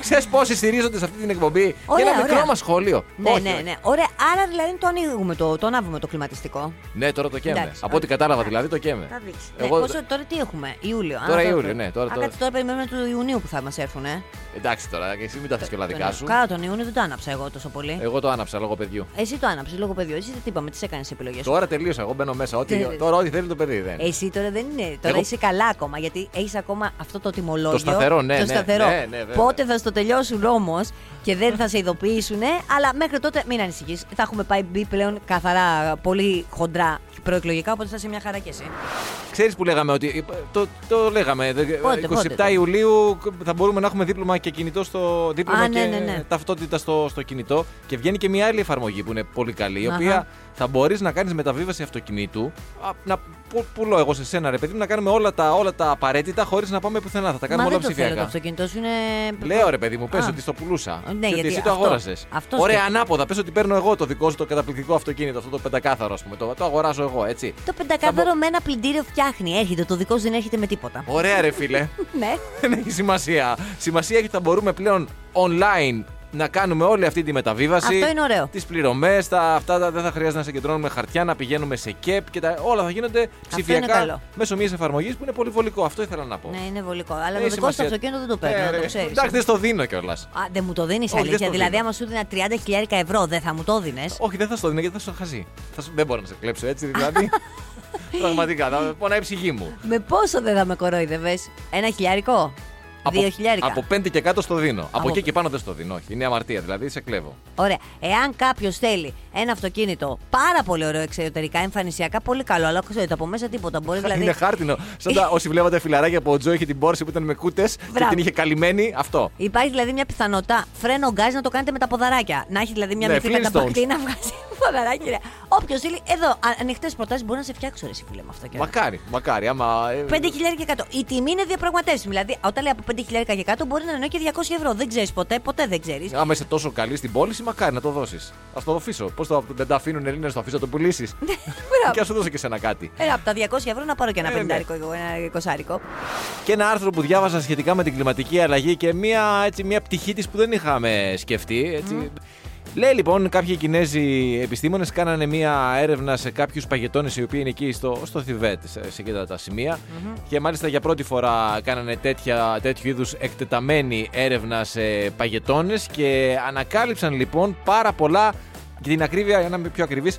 [SPEAKER 4] Ξέρει πόσοι στηρίζονται σε αυτή την εκπομπή.
[SPEAKER 3] Ωραία,
[SPEAKER 4] και ένα
[SPEAKER 3] ωραία.
[SPEAKER 4] μικρό μας σχόλιο.
[SPEAKER 3] Ναι,
[SPEAKER 4] Όχι,
[SPEAKER 3] ναι, ναι. Ωραία, άρα δηλαδή το ανοίγουμε, το, το ανάβουμε το κλιματιστικό.
[SPEAKER 4] Ναι, τώρα το καίμε.
[SPEAKER 3] Εντάξει,
[SPEAKER 4] Από ό,τι
[SPEAKER 3] ωραία.
[SPEAKER 4] κατάλαβα δηλαδή το καίμε.
[SPEAKER 3] Θα δείξει.
[SPEAKER 4] Εγώ-
[SPEAKER 3] Ναι, πόσο, τώρα τι έχουμε, Ιούλιο. α,
[SPEAKER 4] Τώρα Ιούλιο, ναι, τώρα
[SPEAKER 3] Α,
[SPEAKER 4] το-
[SPEAKER 3] κάτι τώρα περιμένουμε του Ιουνίου που θα μας έρθουν. Ε.
[SPEAKER 4] Εντάξει τώρα, και εσύ μην τα θες και όλα δικά σου.
[SPEAKER 3] Καλά, τον Ιούνιο δεν το άναψα εγώ τόσο πολύ.
[SPEAKER 4] Εγώ το άναψα λόγω παιδιού.
[SPEAKER 3] Εσύ το άναψες λόγω παιδιού. Εσύ τι είπαμε, τις έκανες επιλογές.
[SPEAKER 4] Τώρα τελείωσα. Εγώ μπαίνω μέσα. Ό,τι,
[SPEAKER 3] Τέλεια.
[SPEAKER 4] τώρα ό,τι θέλει το παιδί δεν.
[SPEAKER 3] Εσύ τώρα δεν είναι. Τώρα
[SPEAKER 4] Εγώ-
[SPEAKER 3] είσαι καλά ακόμα γιατί έχεις ακόμα αυτό το τιμολόγιο.
[SPEAKER 4] Το σταθερό, ναι,
[SPEAKER 3] Το
[SPEAKER 4] ναι,
[SPEAKER 3] σταθερό.
[SPEAKER 4] ναι, ναι, βέβαια.
[SPEAKER 3] Πότε θα στο το τελειώσουν όμως και δεν θα σε ειδοποιήσουν. ε, Αλλά μέχρι τότε μην ανησυχείς. Θα έχουμε πάει μπει πλέον καθαρά πολύ χοντρά προεκλογικά, οπότε θα είσαι μια χαρά και εσύ.
[SPEAKER 4] Ξέρεις που λέγαμε ότι. Το, το λέγαμε. δε-
[SPEAKER 3] Πότε,
[SPEAKER 4] 27
[SPEAKER 3] πότε, πότε.
[SPEAKER 4] Ιουλίου θα μπορούμε να έχουμε δίπλωμα και κινητό στο. Δίπλωμα
[SPEAKER 3] Α,
[SPEAKER 4] και
[SPEAKER 3] ναι, ναι, ναι.
[SPEAKER 4] ταυτότητα στο, στο κινητό. Και βγαίνει και μια άλλη εφαρμογή που είναι πολύ καλή, η
[SPEAKER 3] Αχα.
[SPEAKER 4] οποία θα μπορείς να κάνεις μεταβίβαση αυτοκινήτου. Α, να που- πουλώ εγώ σε σένα, ρε παιδί μου, να κάνουμε όλα τα, όλα τα απαραίτητα χωρίς να πάμε πουθενά. Θα τα
[SPEAKER 3] Μα
[SPEAKER 4] κάνουμε όλα
[SPEAKER 3] δεν το θέλω το
[SPEAKER 4] ψηφιακά.
[SPEAKER 3] αυτοκίνητό σου, είναι.
[SPEAKER 4] Λέω ρε παιδί μου, πες
[SPEAKER 3] Α.
[SPEAKER 4] ότι στο πουλούσα.
[SPEAKER 3] Ναι,
[SPEAKER 4] Και ότι
[SPEAKER 3] γιατί
[SPEAKER 4] εσύ το
[SPEAKER 3] αυτό-
[SPEAKER 4] αγόρασες.
[SPEAKER 3] αυτός
[SPEAKER 4] Ωραία,
[SPEAKER 3] σκέφτομαι.
[SPEAKER 4] ανάποδα. Πες ότι παίρνω εγώ το δικό σου το καταπληκτικό αυτοκίνητο, αυτό το πεντακάθαρο, ας πούμε. Το, το αγοράζω εγώ, έτσι.
[SPEAKER 3] Το
[SPEAKER 4] Θα
[SPEAKER 3] πεντακάθαρο με ένα πλυντήριο φτιάχνει. Έρχεται, το δικό σου δεν έρχεται με τίποτα.
[SPEAKER 4] μπο- Ωραία, ρε φίλε.
[SPEAKER 3] (laughs) Ναι.
[SPEAKER 4] Δεν έχει σημασία. Σημασία έχει ότι θα μπορούμε πλέον online να κάνουμε όλη αυτή τη μεταβίβαση.
[SPEAKER 3] Αυτό είναι ωραίο.
[SPEAKER 4] Τις πληρωμές, τα, αυτά τα, δεν θα χρειάζεται να συγκεντρώνουμε χαρτιά, να πηγαίνουμε σε ΚΕΠ και τα, όλα θα γίνονται ψηφιακά
[SPEAKER 3] καλό.
[SPEAKER 4] μέσω μιας εφαρμογής που είναι πολύ βολικό. Αυτό ήθελα να πω.
[SPEAKER 3] Ναι, είναι βολικό. Αλλά
[SPEAKER 4] Ε,
[SPEAKER 3] το
[SPEAKER 4] Έχει
[SPEAKER 3] δικό σου
[SPEAKER 4] σημασία.
[SPEAKER 3] αυτοκίνητο δεν το
[SPEAKER 4] Ε,
[SPEAKER 3] παίρνω, να
[SPEAKER 4] ρε,
[SPEAKER 3] το ξέρεις.
[SPEAKER 4] Εντάξει, δεν στο δίνω κιόλας.
[SPEAKER 3] Α, δεν μου το δίνεις
[SPEAKER 4] Όχι, δεν
[SPEAKER 3] αλήθεια.
[SPEAKER 4] στο
[SPEAKER 3] δηλαδή,
[SPEAKER 4] δίνω.
[SPEAKER 3] άμα σου δίνα 30.000 ευρώ, δεν θα μου το δίνες.
[SPEAKER 4] Όχι, δεν θα στο δίνω γιατί θα στο χαζεί. Θα σου- Δεν μπορώ να σε κλέψω έτσι,
[SPEAKER 3] (laughs)
[SPEAKER 4] δηλαδή. Πραγματικά, θα πονάει η ψυχή μου.
[SPEAKER 3] Με πόσο δεν θα με κοροϊδεύες, Ένα χιλιάρικο, δύο χιλιάρικα.
[SPEAKER 4] από πέντε και κάτω στο δίνω. Από,
[SPEAKER 3] Από
[SPEAKER 4] εκεί
[SPEAKER 3] π-
[SPEAKER 4] και πάνω δεν στο δίνω. Όχι, είναι αμαρτία, δηλαδή σε κλέβω.
[SPEAKER 3] Ωραία. Εάν κάποιος θέλει ένα αυτοκίνητο πάρα πολύ ωραίο εξωτερικά, εμφανισιακά, πολύ καλό, αλλά ξέρετε από μέσα τίποτα.
[SPEAKER 4] (laughs)
[SPEAKER 3] Μπορεί δηλαδή.
[SPEAKER 4] Είναι χάρτινο. Σαν τα, όσοι βλέπατε φιλαράκια από ο Τζο είχε την πόρση που ήταν με κούτες και
[SPEAKER 3] Μπράβο.
[SPEAKER 4] την είχε καλυμμένη. Αυτό.
[SPEAKER 3] Υπάρχει δηλαδή μια πιθανότητα φρένο γκάζ να το κάνετε με τα ποδαράκια. Να έχει δηλαδή μια
[SPEAKER 4] Ναι,
[SPEAKER 3] μικρή
[SPEAKER 4] Flintstones.
[SPEAKER 3] καταπακτή να βγάζει (laughs) ποδαράκι. ρε. Όποιος θέλει, εδώ ανοιχτές προτάσεις μπορεί να σε φτιάξω ρε, εσύ, φίλε με αυτό και
[SPEAKER 4] Μακάρι, μακάρι. Άμα. ε,
[SPEAKER 3] 5.000 και κάτω. Η τιμή είναι διαπραγματεύσιμη. Δηλαδή, όταν λέει από 5.000 και κάτω, μπορεί να εννοεί και 200 ευρώ. Δεν ξέρεις ποτέ, ποτέ δεν (laughs) ξέρεις.
[SPEAKER 4] Άμα είσαι τόσο καλή στην πώληση, μακάρι να το δώσεις. Ας το αφήσω. Πώς το δεν τα αφήνουν Ελλήνες, το αφήσω να το πουλήσεις. και ας σου δώσω και σε ένα κάτι.
[SPEAKER 3] Ε, από τα 200 ευρώ να πάρω και ένα
[SPEAKER 4] Ε, ναι.
[SPEAKER 3] 50 εγώ, ένα 20
[SPEAKER 4] Και ένα άρθρο που διάβασα σχετικά με την κλιματική αλλαγή και μια, έτσι, μια πτυχή της που δεν είχαμε σκεφτεί. Έτσι. Λέει λοιπόν, κάποιοι Κινέζοι επιστήμονες κάνανε μια έρευνα σε κάποιους παγετώνες οι οποίοι είναι εκεί στο, στο Θιβέτ, σε, σε εκείνα τα σημεια Και μάλιστα για πρώτη φορά κάνανε τέτοια, τέτοιου είδους εκτεταμένη έρευνα σε παγετώνες και ανακάλυψαν λοιπόν πάρα πολλά. Για την ακρίβεια, για να είμαι πιο ακριβής,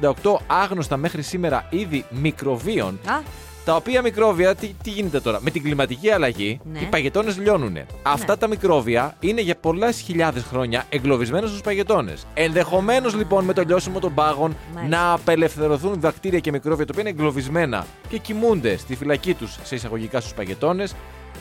[SPEAKER 4] 968 άγνωστα μέχρι σήμερα είδη μικροβίων
[SPEAKER 3] Α,
[SPEAKER 4] τα οποία μικρόβια, τι, τι γίνεται τώρα, με την κλιματική αλλαγή,
[SPEAKER 3] Ναι.
[SPEAKER 4] οι παγετώνες λιώνουν. Αυτά τα μικρόβια είναι για πολλές χιλιάδες χρόνια εγκλωβισμένα στους παγετώνες. Ενδεχομένως λοιπόν με το λιώσιμο των πάγων
[SPEAKER 3] Μάλιστα.
[SPEAKER 4] να απελευθερωθούν βακτήρια και μικρόβια τα οποία είναι εγκλωβισμένα και κοιμούνται στη φυλακή τους σε εισαγωγικά στους παγετώνες.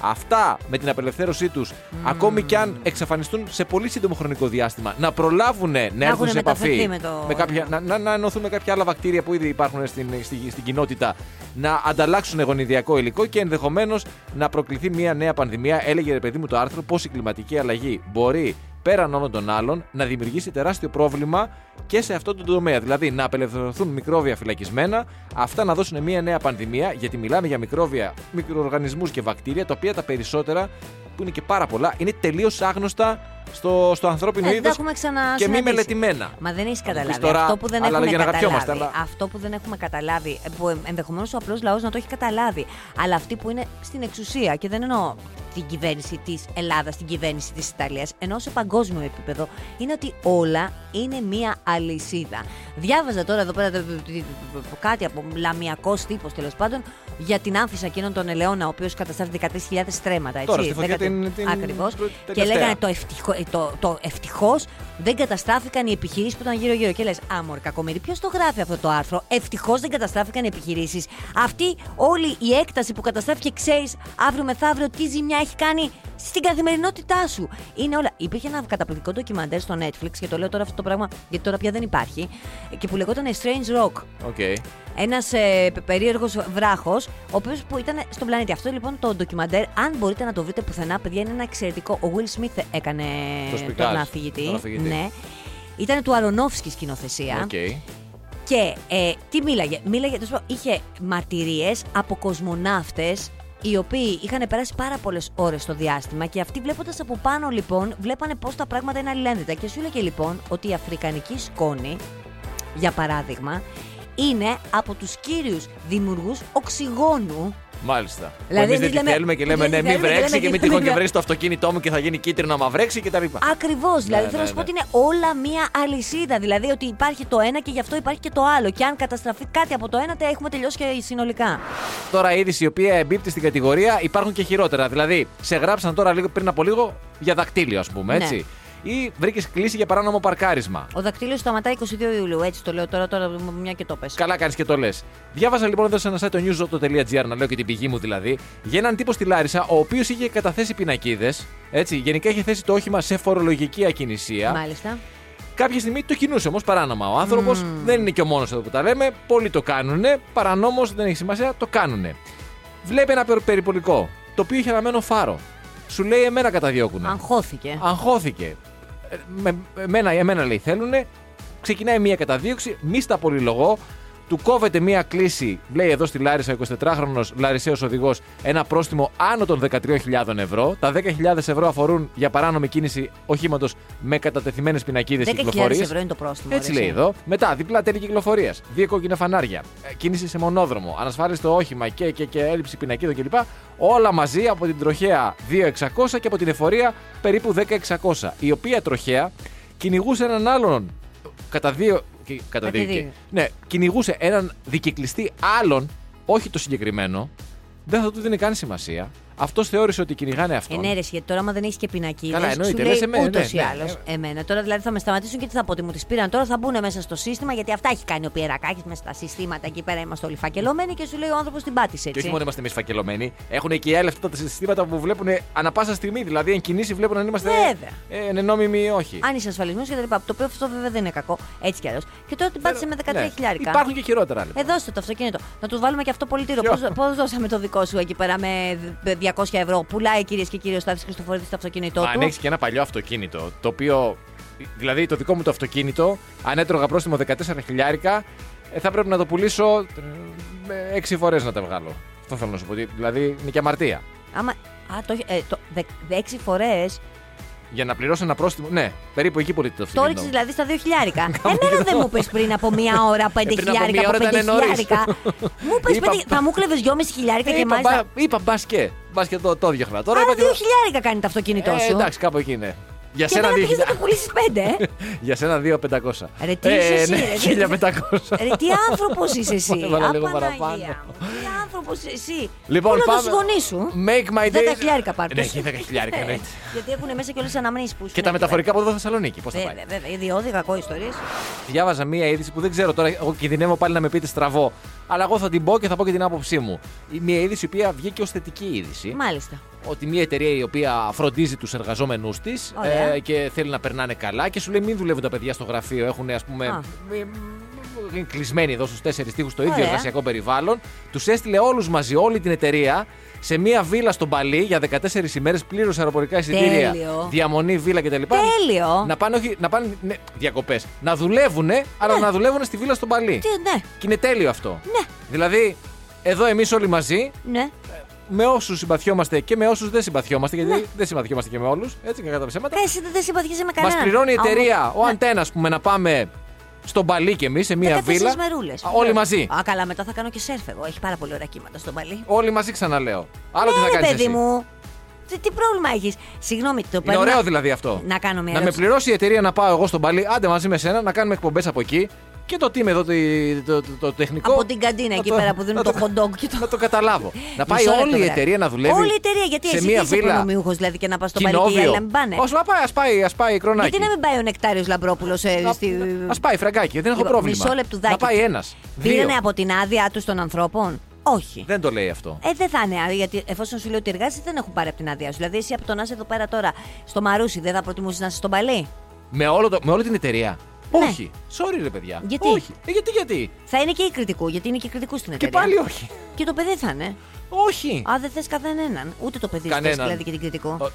[SPEAKER 4] Αυτά με την απελευθέρωσή τους, ακόμη κι αν εξαφανιστούν σε πολύ σύντομο χρονικό διάστημα, να προλάβουν να, έρθουν
[SPEAKER 3] έχουν
[SPEAKER 4] σε επαφή
[SPEAKER 3] μεταφερθεί με το-
[SPEAKER 4] κάποια, να, να, να ενωθούν με κάποια άλλα βακτήρια που ήδη υπάρχουν στην, στη- στην κοινότητα, να ανταλλάξουν γονιδιακό υλικό και ενδεχομένως να προκληθεί μια νέα πανδημία. Έλεγε ρε παιδί μου το άρθρο πώς η κλιματική αλλαγή μπορεί πέραν όλων των άλλων να δημιουργήσει τεράστιο πρόβλημα και σε αυτό το τομέα. Δηλαδή να απελευθερωθούν μικρόβια φυλακισμένα, αυτά να δώσουν μια νέα πανδημία, γιατί μιλάμε για μικρόβια, μικροοργανισμούς και βακτήρια, τα οποία τα περισσότερα, που είναι και πάρα πολλά, είναι τελείως άγνωστα στο, στο ανθρώπινο
[SPEAKER 3] Ε, δεν τα
[SPEAKER 4] είδος
[SPEAKER 3] έχουμε ξανά
[SPEAKER 4] και μη
[SPEAKER 3] συναντήσει.
[SPEAKER 4] μελετημένα.
[SPEAKER 3] Μα δεν έχεις
[SPEAKER 4] Θα μου πεις
[SPEAKER 3] καταλάβει.
[SPEAKER 4] τώρα,
[SPEAKER 3] αυτό που δεν
[SPEAKER 4] αλλά
[SPEAKER 3] έχουμε
[SPEAKER 4] για να
[SPEAKER 3] καταλάβει.
[SPEAKER 4] γαπιόμαστε, αλλά-
[SPEAKER 3] Αυτό που δεν έχουμε καταλάβει, ε, που ενδεχομένως ο απλός λαός να το έχει καταλάβει. Αλλά αυτοί που είναι στην εξουσία, και δεν εννοώ την κυβέρνηση της Ελλάδας, την κυβέρνηση της Ιταλίας, εννοώ σε παγκόσμιο επίπεδο, είναι ότι όλα είναι μία αλυσίδα. Διάβαζα τώρα εδώ πέρα το- το- το- το- κάτι από λαμιακό τύπο τέλο πάντων για την άμφισα εκείνων των Ελαιώνα, ο οποίος καταστράφει 13.000 στρέμματα. Έτσι,
[SPEAKER 4] Τώρα, στη φωτιά την- την
[SPEAKER 3] Ακριβώς.
[SPEAKER 4] πρω-
[SPEAKER 3] Και
[SPEAKER 4] τελευταία.
[SPEAKER 3] λέγανε το ευτυχώ, το, το ευτυχώς δεν καταστράφηκαν οι επιχειρήσεις που ήταν γύρω-γύρω. Και λες, Άμορ, κακομίρι, ποιος το γράφει αυτό το άρθρο. Ευτυχώς δεν καταστράφηκαν οι επιχειρήσεις. Αυτή όλη η έκταση που καταστράφηκε, ξέρεις αύριο μεθαύριο τι ζημιά έχει κάνει στην καθημερινότητά σου. Είναι όλα. Υπήρχε ένα καταπληκτικό ντοκιμαντέρ στο Netflix και το λέω τώρα αυτό το πράγμα γιατί τώρα πια δεν υπάρχει. Και που λεγόταν Strange Rock.
[SPEAKER 4] Οκ.
[SPEAKER 3] Ένας ε, περίεργος βράχος, ο οποίος που ήταν στον πλανήτη. Αυτό λοιπόν το ντοκιμαντέρ, αν μπορείτε να το βρείτε πουθενά, παιδιά, είναι ένα εξαιρετικό. Ο Will Smith έκανε
[SPEAKER 4] Το σπικάζ,
[SPEAKER 3] τον αφηγητή.
[SPEAKER 4] τον αφηγητή.
[SPEAKER 3] Ναι. Ήταν του Αρονόφσκι σκηνοθεσία.
[SPEAKER 4] Οκ.
[SPEAKER 3] Και ε, τι μίλαγε. Μίλαγε, τέλος πάντων, είχε μαρτυρίες από κοσμοναύτες οι οποίοι είχαν περάσει πάρα πολλές ώρες στο διάστημα και αυτοί βλέποντας από πάνω λοιπόν, βλέπανε πώς τα πράγματα είναι αλληλένδετα. Και σου έλεγε λοιπόν ότι η αφρικανική σκόνη, για παράδειγμα, είναι από τους κύριους δημιουργούς οξυγόνου
[SPEAKER 4] Μάλιστα.
[SPEAKER 3] Δηλαδή,
[SPEAKER 4] Εμείς δεν
[SPEAKER 3] εμείς
[SPEAKER 4] τη
[SPEAKER 3] λέμε-
[SPEAKER 4] θέλουμε και λέμε
[SPEAKER 3] δεν
[SPEAKER 4] ναι,
[SPEAKER 3] τη
[SPEAKER 4] μην
[SPEAKER 3] θέλουμε και λέμε
[SPEAKER 4] βρέξει και
[SPEAKER 3] και
[SPEAKER 4] μην
[SPEAKER 3] λέμε
[SPEAKER 4] τυχόν και
[SPEAKER 3] ναι.
[SPEAKER 4] βρέξει το αυτοκίνητό μου και θα γίνει κίτρινο άμα βρέξει κτλ.
[SPEAKER 3] Ακριβώς. δηλαδή
[SPEAKER 4] ναι,
[SPEAKER 3] θέλω να σου
[SPEAKER 4] ναι.
[SPEAKER 3] πω ότι είναι όλα μία αλυσίδα. Δηλαδή ότι υπάρχει το ένα και γι' αυτό υπάρχει και το άλλο. Και αν καταστραφεί κάτι από το ένα, τα έχουμε τελειώσει και συνολικά.
[SPEAKER 4] Τώρα είδηση η οποία εμπίπτει στην κατηγορία υπάρχουν και χειρότερα. Δηλαδή, σε γράψαν τώρα λίγο, πριν από λίγο για δακτύλιο, ας πούμε,
[SPEAKER 3] Ναι.
[SPEAKER 4] έτσι. Ή βρήκες κλίση για παράνομο παρκάρισμα.
[SPEAKER 3] Ο δακτύλιος σταματάει 22 Ιουλίου. Έτσι το λέω τώρα, τώρα μια και το πες.
[SPEAKER 4] Καλά κάνεις και το λες. Διάβαζα λοιπόν εδώ σε ένα site το newsotto.gr, να λέω και την πηγή μου δηλαδή, για έναν τύπο στη Λάρισα, ο οποίος είχε καταθέσει πινακίδες. Έτσι, γενικά είχε θέσει το όχημα σε φορολογική ακινησία.
[SPEAKER 3] Μάλιστα.
[SPEAKER 4] Κάποια στιγμή το κινούσε όμως παράνομα. Ο άνθρωπος δεν είναι και ο μόνος εδώ που τα λέμε. Πολλοί το κάνουν. Παρανόμως δεν έχει σημασία, το κάνουν. Βλέπει ένα περι- περιπολικό το οποίο είχε αναμένο φάρο. Σου λέει εμένα καταδιώκουν.
[SPEAKER 3] Αγχώθηκε.
[SPEAKER 4] Αγχώθηκε. Ε, με- εμένα, εμένα λέει θέλουν. Ξεκινάει μία καταδίωξη, μη στα πολυλογώ. Του κόβεται μία κλίση, λέει εδώ στη Λάρισα, 24χρονο Λαρισαίος οδηγός, ένα πρόστιμο άνω των 13.000 ευρώ. Τα 10.000 ευρώ αφορούν για παράνομη κίνηση οχήματος με κατατεθειμένες πινακίδες
[SPEAKER 3] 10.000
[SPEAKER 4] κυκλοφορία.
[SPEAKER 3] ευρώ είναι το πρόστιμο.
[SPEAKER 4] Έτσι
[SPEAKER 3] ρε,
[SPEAKER 4] λέει
[SPEAKER 3] εσύ.
[SPEAKER 4] εδώ. Μετά, διπλά τέλη κυκλοφορίας, δύο κόκκινα φανάρια, ε, κίνηση σε μονόδρομο, ανασφάλιστο όχημα και, και, και έλλειψη πινακίδων κλπ. Όλα μαζί από την τροχέα 2.600 και από την εφορία περίπου 10.600. Η οποία τροχέα κυνηγούσε έναν άλλον. Κατά δύο. και- Κατά δύο.
[SPEAKER 3] Καταδίωκε.
[SPEAKER 4] και- Ναι, κυνηγούσε έναν δικυκλιστή άλλον, όχι το συγκεκριμένο. Δεν θα του δίνει καν σημασία. Αυτός θεώρησε ότι κυνηγάνε
[SPEAKER 3] Ε,
[SPEAKER 4] αυτόν.
[SPEAKER 3] ναι, ρε, εσύ, γιατί τώρα, άμα δεν έχεις και πινακίδες.
[SPEAKER 4] Καλά, εννοείται. Λες εμένα,
[SPEAKER 3] Ούτως
[SPEAKER 4] ναι,
[SPEAKER 3] ή
[SPEAKER 4] ναι,
[SPEAKER 3] άλλως.
[SPEAKER 4] ναι.
[SPEAKER 3] Εμένα. Τώρα δηλαδή θα με σταματήσουν και τι θα πω. Ότι μου τις πήραν τώρα, θα μπουν μέσα στο σύστημα. Γιατί αυτά έχει κάνει ο Πιερακάκης μέσα στα συστήματα εκεί πέρα. Είμαστε όλοι φακελωμένοι και σου λέει ο άνθρωπος την πάτησε.
[SPEAKER 4] Και
[SPEAKER 3] Έτσι.
[SPEAKER 4] όχι μόνο είμαστε εμείς φακελωμένοι, έχουν και οι άλλοι αυτά τα συστήματα που βλέπουν ε, ανα πάσα στιγμή. Δηλαδή, εν κινήσει βλέπουν αν είμαστε
[SPEAKER 3] Βέβαια.
[SPEAKER 4] ε, εν νόμιμοι ή όχι.
[SPEAKER 3] Αν είσαι ασφαλισμένος και τα λοιπά. Το οποίο αυτό βέβαια δεν είναι κακό. Έτσι κι αλλιώς. Και τώρα την πάτησε με 13
[SPEAKER 4] Ναι.
[SPEAKER 3] χιλιάρικα.
[SPEAKER 4] Υπάρχουν και χειρότερα. Λοιπόν.
[SPEAKER 3] Ε, δώστε το αυτοκίνητο. Να του βάλουμε και αυτό πολιτήριο.
[SPEAKER 4] Ποιο?
[SPEAKER 3] Πώς πώς δώσαμε το δικό σου εκεί πέρα με 200 ευρώ. Πουλάει κυρίες και κύριοι ο Στάθης Χριστοφορίδης το αυτοκίνητό
[SPEAKER 4] Μα
[SPEAKER 3] του.
[SPEAKER 4] αν έχεις και ένα παλιό αυτοκίνητο, το οποίο. Δηλαδή, το δικό μου το αυτοκίνητο, αν έτρωγα πρόστιμο 14 χιλιάρικα, ε, θα πρέπει να το πουλήσω 6 φορές να τα βγάλω. Αυτό θέλω να σου πω. ότι, Δηλαδή, είναι και αμαρτία.
[SPEAKER 3] Άμα. Α, το, έχει- ε, το, δε, έξι φορές.
[SPEAKER 4] Για να πληρώσω ένα πρόστιμο. Ναι, περίπου εκεί πωλείται το
[SPEAKER 3] Το
[SPEAKER 4] αυτοκίνητο.
[SPEAKER 3] έριξε δηλαδή στα 2 χιλιάρικα.
[SPEAKER 4] (laughs)
[SPEAKER 3] Εμένα δεν μου πες πριν από μία ώρα 5
[SPEAKER 4] Ε, πριν από μία
[SPEAKER 3] χιλιάρικα
[SPEAKER 4] ώρα
[SPEAKER 3] από 5
[SPEAKER 4] ήταν νωρίς.
[SPEAKER 3] χιλιάρικα.
[SPEAKER 4] (laughs)
[SPEAKER 3] Μου πες
[SPEAKER 4] Είπα-
[SPEAKER 3] πέντε, θα μου κλέβες 2,5 χιλιάρικα
[SPEAKER 4] Ε,
[SPEAKER 3] και
[SPEAKER 4] είπα,
[SPEAKER 3] μάλιστα.
[SPEAKER 4] μπα- είπα μπα και. Μπα και το, το διώχνα. Τώρα
[SPEAKER 3] Άρα
[SPEAKER 4] είπα
[SPEAKER 3] 2
[SPEAKER 4] και το-
[SPEAKER 3] χιλιάρικα κάνει το αυτοκίνητό
[SPEAKER 4] Ε,
[SPEAKER 3] σου.
[SPEAKER 4] εντάξει, κάπου εκεί είναι. Για
[SPEAKER 3] Και
[SPEAKER 4] σένα
[SPEAKER 3] τώρα
[SPEAKER 4] δύο
[SPEAKER 3] πήγες να το
[SPEAKER 4] χιλιά-
[SPEAKER 3] πουλήσεις ε. 5.
[SPEAKER 4] (laughs) Για σένα 2.500.
[SPEAKER 3] Ρε, τι είσαι εσύ,
[SPEAKER 4] ναι,
[SPEAKER 3] ρε, τι- Ε,
[SPEAKER 4] 1.500.
[SPEAKER 3] Ρε τι άνθρωπος είσαι εσύ.
[SPEAKER 4] Έβαλα λίγο
[SPEAKER 3] Απαναγία
[SPEAKER 4] παραπάνω.
[SPEAKER 3] μου, Τι άνθρωπος είσαι εσύ.
[SPEAKER 4] Λοιπόν,
[SPEAKER 3] Πού να
[SPEAKER 4] πάμε.
[SPEAKER 3] δώσεις γονείς σου.
[SPEAKER 4] Make my day.
[SPEAKER 3] 10 χιλιάρικα πάρ'
[SPEAKER 4] Ναι,
[SPEAKER 3] τους.
[SPEAKER 4] και 10 χιλιάρικα, εννοείται.
[SPEAKER 3] Ε, Γιατί έχουν μέσα και όλες τις αναμνήσεις που σου
[SPEAKER 4] Και
[SPEAKER 3] είναι
[SPEAKER 4] τα
[SPEAKER 3] εκεί
[SPEAKER 4] μεταφορικά από εδώ Θεσσαλονίκη. Πώς θα
[SPEAKER 3] πέρα.
[SPEAKER 4] πάει.
[SPEAKER 3] Βέβαια, βέβαια. Ιδιώδη, κακό ιστορίες.
[SPEAKER 4] Διάβαζα μία είδηση που δεν ξέρω τώρα, εγώ κινδυνεύω πάλι να με πείτε στραβό. Αλλά εγώ θα την πω και θα πω και την άποψή μου. Η- Μία είδηση η οποία βγήκε ως θετική είδηση.
[SPEAKER 3] Μάλιστα.
[SPEAKER 4] Ότι μια εταιρεία η οποία φροντίζει τους εργαζόμενου της
[SPEAKER 3] Ωραία.
[SPEAKER 4] ε, και θέλει να περνάνε καλά και σου λέει μην δουλεύουν τα παιδιά στο γραφείο. Έχουν ας πούμε.
[SPEAKER 3] Α.
[SPEAKER 4] μη- Είναι κλεισμένοι εδώ στους τέσσερις τείχους στο ίδιο
[SPEAKER 3] Ωραία.
[SPEAKER 4] εργασιακό περιβάλλον. Τους έστειλε όλους μαζί, όλη την εταιρεία, σε μία βίλα στον Παλί για 14 ημέρες πλήρως αεροπορικά εισιτήρια.
[SPEAKER 3] Τέλειο.
[SPEAKER 4] Διαμονή, βίλα κτλ.
[SPEAKER 3] Τέλειο.
[SPEAKER 4] Να πάνε, όχι, να πάνε ναι, διακοπές. Να δουλεύουν, αλλά να δουλεύουν στη βίλα στον Παλί.
[SPEAKER 3] Ναι. Τι, ναι,
[SPEAKER 4] Και είναι τέλειο αυτό.
[SPEAKER 3] Ναι.
[SPEAKER 4] Δηλαδή, εδώ εμείς όλοι μαζί,
[SPEAKER 3] ναι.
[SPEAKER 4] με όσους συμπαθιόμαστε και με όσους δεν συμπαθιόμαστε, γιατί δεν συμπαθιόμαστε και με όλους, έτσι κακά τα ψέματα.
[SPEAKER 3] Ναι. Ε, Εσύ δεν- δεν συμπαθιέσαι με
[SPEAKER 4] Μας
[SPEAKER 3] κανέναν.
[SPEAKER 4] πληρώνει η
[SPEAKER 3] Α, όμως-
[SPEAKER 4] εταιρεία, ο
[SPEAKER 3] Ναι.
[SPEAKER 4] αντένα, πούμε, να πάμε στον Παλί κι εμείς σε μία
[SPEAKER 3] 14
[SPEAKER 4] βίλα.
[SPEAKER 3] μερούλες. Ναι.
[SPEAKER 4] Α, Όλοι μαζί.
[SPEAKER 3] Α, καλά, μετά θα κάνω και σερφ εγώ. Έχει πάρα πολύ ωραία κύματα στο παλί.
[SPEAKER 4] Όλοι μαζί ξαναλέω. Άλλο τι
[SPEAKER 3] ναι,
[SPEAKER 4] θα
[SPEAKER 3] ρε,
[SPEAKER 4] κάνεις.
[SPEAKER 3] παιδί μου. Τι, τι πρόβλημα έχεις. Συγγνώμη, το
[SPEAKER 4] Είναι
[SPEAKER 3] παίρνω-
[SPEAKER 4] ωραίο δηλαδή αυτό.
[SPEAKER 3] Να κάνω μια
[SPEAKER 4] Να με
[SPEAKER 3] ερώτηση.
[SPEAKER 4] πληρώσει η εταιρεία να πάω εγώ στον Παλί, άντε μαζί με σένα, να κάνουμε εκπομπές από εκεί και το team εδώ το, το, το, το τεχνικό.
[SPEAKER 3] Από την καντίνα
[SPEAKER 4] να
[SPEAKER 3] εκεί
[SPEAKER 4] το-
[SPEAKER 3] πέρα που δίνουν
[SPEAKER 4] να
[SPEAKER 3] το hot dog και το.
[SPEAKER 4] Να το
[SPEAKER 3] (laughs)
[SPEAKER 4] καταλάβω. να πάει
[SPEAKER 3] Μισό λεπτό,
[SPEAKER 4] όλη η
[SPEAKER 3] βρε.
[SPEAKER 4] εταιρεία να δουλεύει.
[SPEAKER 3] Όλη η εταιρεία. Γιατί
[SPEAKER 4] σε
[SPEAKER 3] εσύ
[SPEAKER 4] μία
[SPEAKER 3] τι είσαι
[SPEAKER 4] βίλα.
[SPEAKER 3] προνομιούχος, δηλαδή και να πας στο παλί και οι άλλοι
[SPEAKER 4] Κοινόβιο.
[SPEAKER 3] να μην πάνε.
[SPEAKER 4] Όσο να πάει, ας πάει, ας πάει η κρονάκι.
[SPEAKER 3] Γιατί να μην πάει ο Νεκτάριος Λαμπρόπουλος
[SPEAKER 4] Να-
[SPEAKER 3] Ε, στη.
[SPEAKER 4] Ας πάει φραγκάκι, δεν έχω
[SPEAKER 3] Λοιπόν,
[SPEAKER 4] πρόβλημα.
[SPEAKER 3] Μισό λεπτουδάκι.
[SPEAKER 4] Να πάει ένας.
[SPEAKER 3] Πήρανε από την άδειά τους των ανθρώπων. Όχι.
[SPEAKER 4] Δεν το λέει αυτό.
[SPEAKER 3] Ε, δεν θα είναι, άρα, γιατί εφόσον σου λέω ότι εργάζεσαι, δεν έχουν πάρει από την άδεια σου. Δηλαδή, εσύ από το να είσαι εδώ πέρα τώρα στο Μαρούσι, δεν θα προτιμούσες να είσαι στον Παλί.
[SPEAKER 4] Με, όλο το, με όλη την εταιρεία.
[SPEAKER 3] Ναι.
[SPEAKER 4] Όχι. Sorry, ρε παιδιά.
[SPEAKER 3] Γιατί?
[SPEAKER 4] Όχι. Ε, γιατί, γιατί.
[SPEAKER 3] Θα είναι και η κριτικού, γιατί είναι και κριτικού στην
[SPEAKER 4] Και
[SPEAKER 3] εταιρεία.
[SPEAKER 4] πάλι όχι.
[SPEAKER 3] Και το παιδί θα είναι.
[SPEAKER 4] Όχι.
[SPEAKER 3] Α, δεν θες καθέναν. Ούτε το παιδί σου θες,
[SPEAKER 4] Κανέναν.
[SPEAKER 3] δηλαδή και την κριτικό.
[SPEAKER 4] Ο-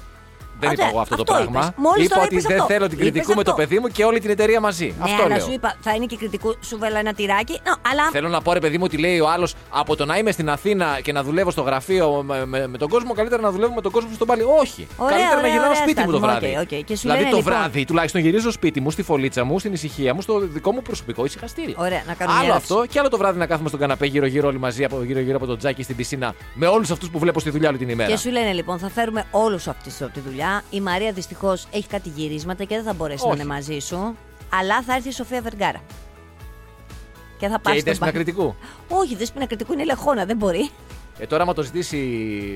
[SPEAKER 4] Δεν
[SPEAKER 3] Α,
[SPEAKER 4] είπα
[SPEAKER 3] ναι,
[SPEAKER 4] εγώ αυτό, το
[SPEAKER 3] αυτό
[SPEAKER 4] πράγμα.
[SPEAKER 3] είπες. Μόλις
[SPEAKER 4] είπα
[SPEAKER 3] τώρα
[SPEAKER 4] ότι
[SPEAKER 3] είπες
[SPEAKER 4] δεν
[SPEAKER 3] αυτό.
[SPEAKER 4] θέλω την
[SPEAKER 3] Είπες
[SPEAKER 4] κριτικούμε το
[SPEAKER 3] αυτό.
[SPEAKER 4] παιδί μου και όλη την εταιρεία μαζί.
[SPEAKER 3] Ναι,
[SPEAKER 4] αυτό
[SPEAKER 3] αλλά
[SPEAKER 4] λέω.
[SPEAKER 3] σου είπα, θα είναι και κριτικού, σου βέλα ένα τυράκι. Ναι, αλλά
[SPEAKER 4] Θέλω να πω, ρε παιδί μου, ότι λέει ο άλλος από το να είμαι στην Αθήνα και να δουλεύω στο γραφείο με, με, με τον κόσμο, καλύτερα να δουλεύω με τον κόσμο στον πάλι. Όχι.
[SPEAKER 3] Ωραία,
[SPEAKER 4] καλύτερα
[SPEAKER 3] ωραία,
[SPEAKER 4] να γυρνάω
[SPEAKER 3] ωραία,
[SPEAKER 4] σπίτι μου το
[SPEAKER 3] Στάθη.
[SPEAKER 4] βράδυ.
[SPEAKER 3] Οκ, οκ. Και σου
[SPEAKER 4] δηλαδή
[SPEAKER 3] λένε,
[SPEAKER 4] το
[SPEAKER 3] λοιπόν-
[SPEAKER 4] βράδυ, τουλάχιστον γυρίζω σπίτι μου, στη φωλίτσα μου, στην ησυχία μου, στο δικό μου προσωπικό ησυχαστήρι.
[SPEAKER 3] Ωραία, να κάνω μια
[SPEAKER 4] Άλλο
[SPEAKER 3] ερώτηση.
[SPEAKER 4] αυτό και άλλο το βράδυ να κάθομαι στον καναπέ γύρω-γύρω όλοι μαζί, από, γύρω-γύρω από τον τζάκι στην πισίνα με όλους αυτούς που βλέπω στη δουλειά όλη την ημέρα.
[SPEAKER 3] Και σου λένε λοιπόν, θα φέρουμε όλους αυτούς από τη δουλειά. Η Μαρία δυστυχώς έχει κάτι γυρίσματα και δεν θα μπορέσει
[SPEAKER 4] Όχι.
[SPEAKER 3] να είναι μαζί σου. Αλλά θα έρθει η Σοφία Βεργάρα. Και θα
[SPEAKER 4] Και
[SPEAKER 3] πάρει.
[SPEAKER 4] η Δέσποινα κριτικού.
[SPEAKER 3] Όχι, η Δέσποινα κριτικού είναι λεχόνα, δεν μπορεί.
[SPEAKER 4] Ε, τώρα, άμα το ζητήσει.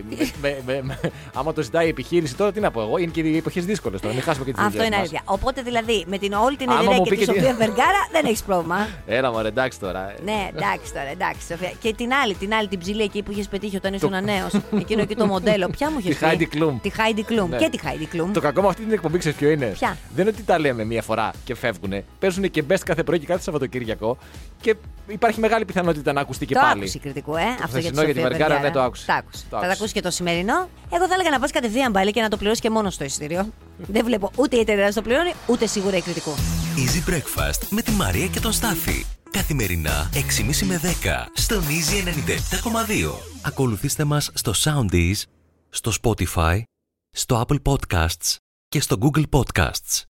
[SPEAKER 4] με- με- με- με- άμα το ζητάει η επιχείρηση, τώρα τι να πω εγώ. Είναι και οι εποχές δύσκολες τώρα. Μην χάσουμε και τι
[SPEAKER 3] Αυτό είναι αλήθεια. Οπότε δηλαδή με την όλη την
[SPEAKER 4] Άμα
[SPEAKER 3] Ελένα
[SPEAKER 4] μου
[SPEAKER 3] και
[SPEAKER 4] πει
[SPEAKER 3] τη
[SPEAKER 4] και τι-
[SPEAKER 3] Σοφία Βεργάρα δεν έχεις πρόβλημα.
[SPEAKER 4] Έλα, μωρέ, εντάξει τώρα. ε.
[SPEAKER 3] ναι, εντάξει τώρα, εντάξει Σοφία. Και την άλλη, την άλλη, την ψηλή εκεί που είχες πετύχει όταν ήσουν νέος. Εκείνο και το μοντέλο. Ποια μου είχες πει.
[SPEAKER 4] (laughs) Τη Heidi Klum.
[SPEAKER 3] Τη Heidi Klum.
[SPEAKER 4] Ναι.
[SPEAKER 3] Και τη Heidi Klum.
[SPEAKER 4] Το κακό με αυτή την εκπομπή ξέρεις ποιο είναι.
[SPEAKER 3] Ποια?
[SPEAKER 4] Δεν είναι ότι τα λέμε μία φορά και φεύγουνε. Παίζουν και best κάθε πρωί και κάθε Σαββατοκύριακο. Και υπάρχει μεγάλη πιθανότητα να ακουστεί και
[SPEAKER 3] το
[SPEAKER 4] πάλι.
[SPEAKER 3] άκουσε η κριτικού, ε. Αυτό για τη
[SPEAKER 4] χθεσινό
[SPEAKER 3] Σοφία
[SPEAKER 4] για τη Βεργάρα,
[SPEAKER 3] Βεργάρα.
[SPEAKER 4] ναι, το άκουσε.
[SPEAKER 3] Τα άκουσε.
[SPEAKER 4] Το
[SPEAKER 3] Θα τα
[SPEAKER 4] άκουσε.
[SPEAKER 3] ακούσεις και το σημερινό. Εγώ θα έλεγα να πας κατευθείαν πάλι και να το πληρώσεις και μόνος στο εισιτήριο. Δεν βλέπω ούτε η εταιρεία να το πληρώνει, ούτε σίγουρα η κριτικού.
[SPEAKER 2] Easy Breakfast με τη Μαρία και τον Στάφη. Καθημερινά 6.30 με 10 στον Easy 97.2. Ακολουθήστε μας στο Soundees, στο Spotify, στο Apple Podcasts και στο Google Podcasts.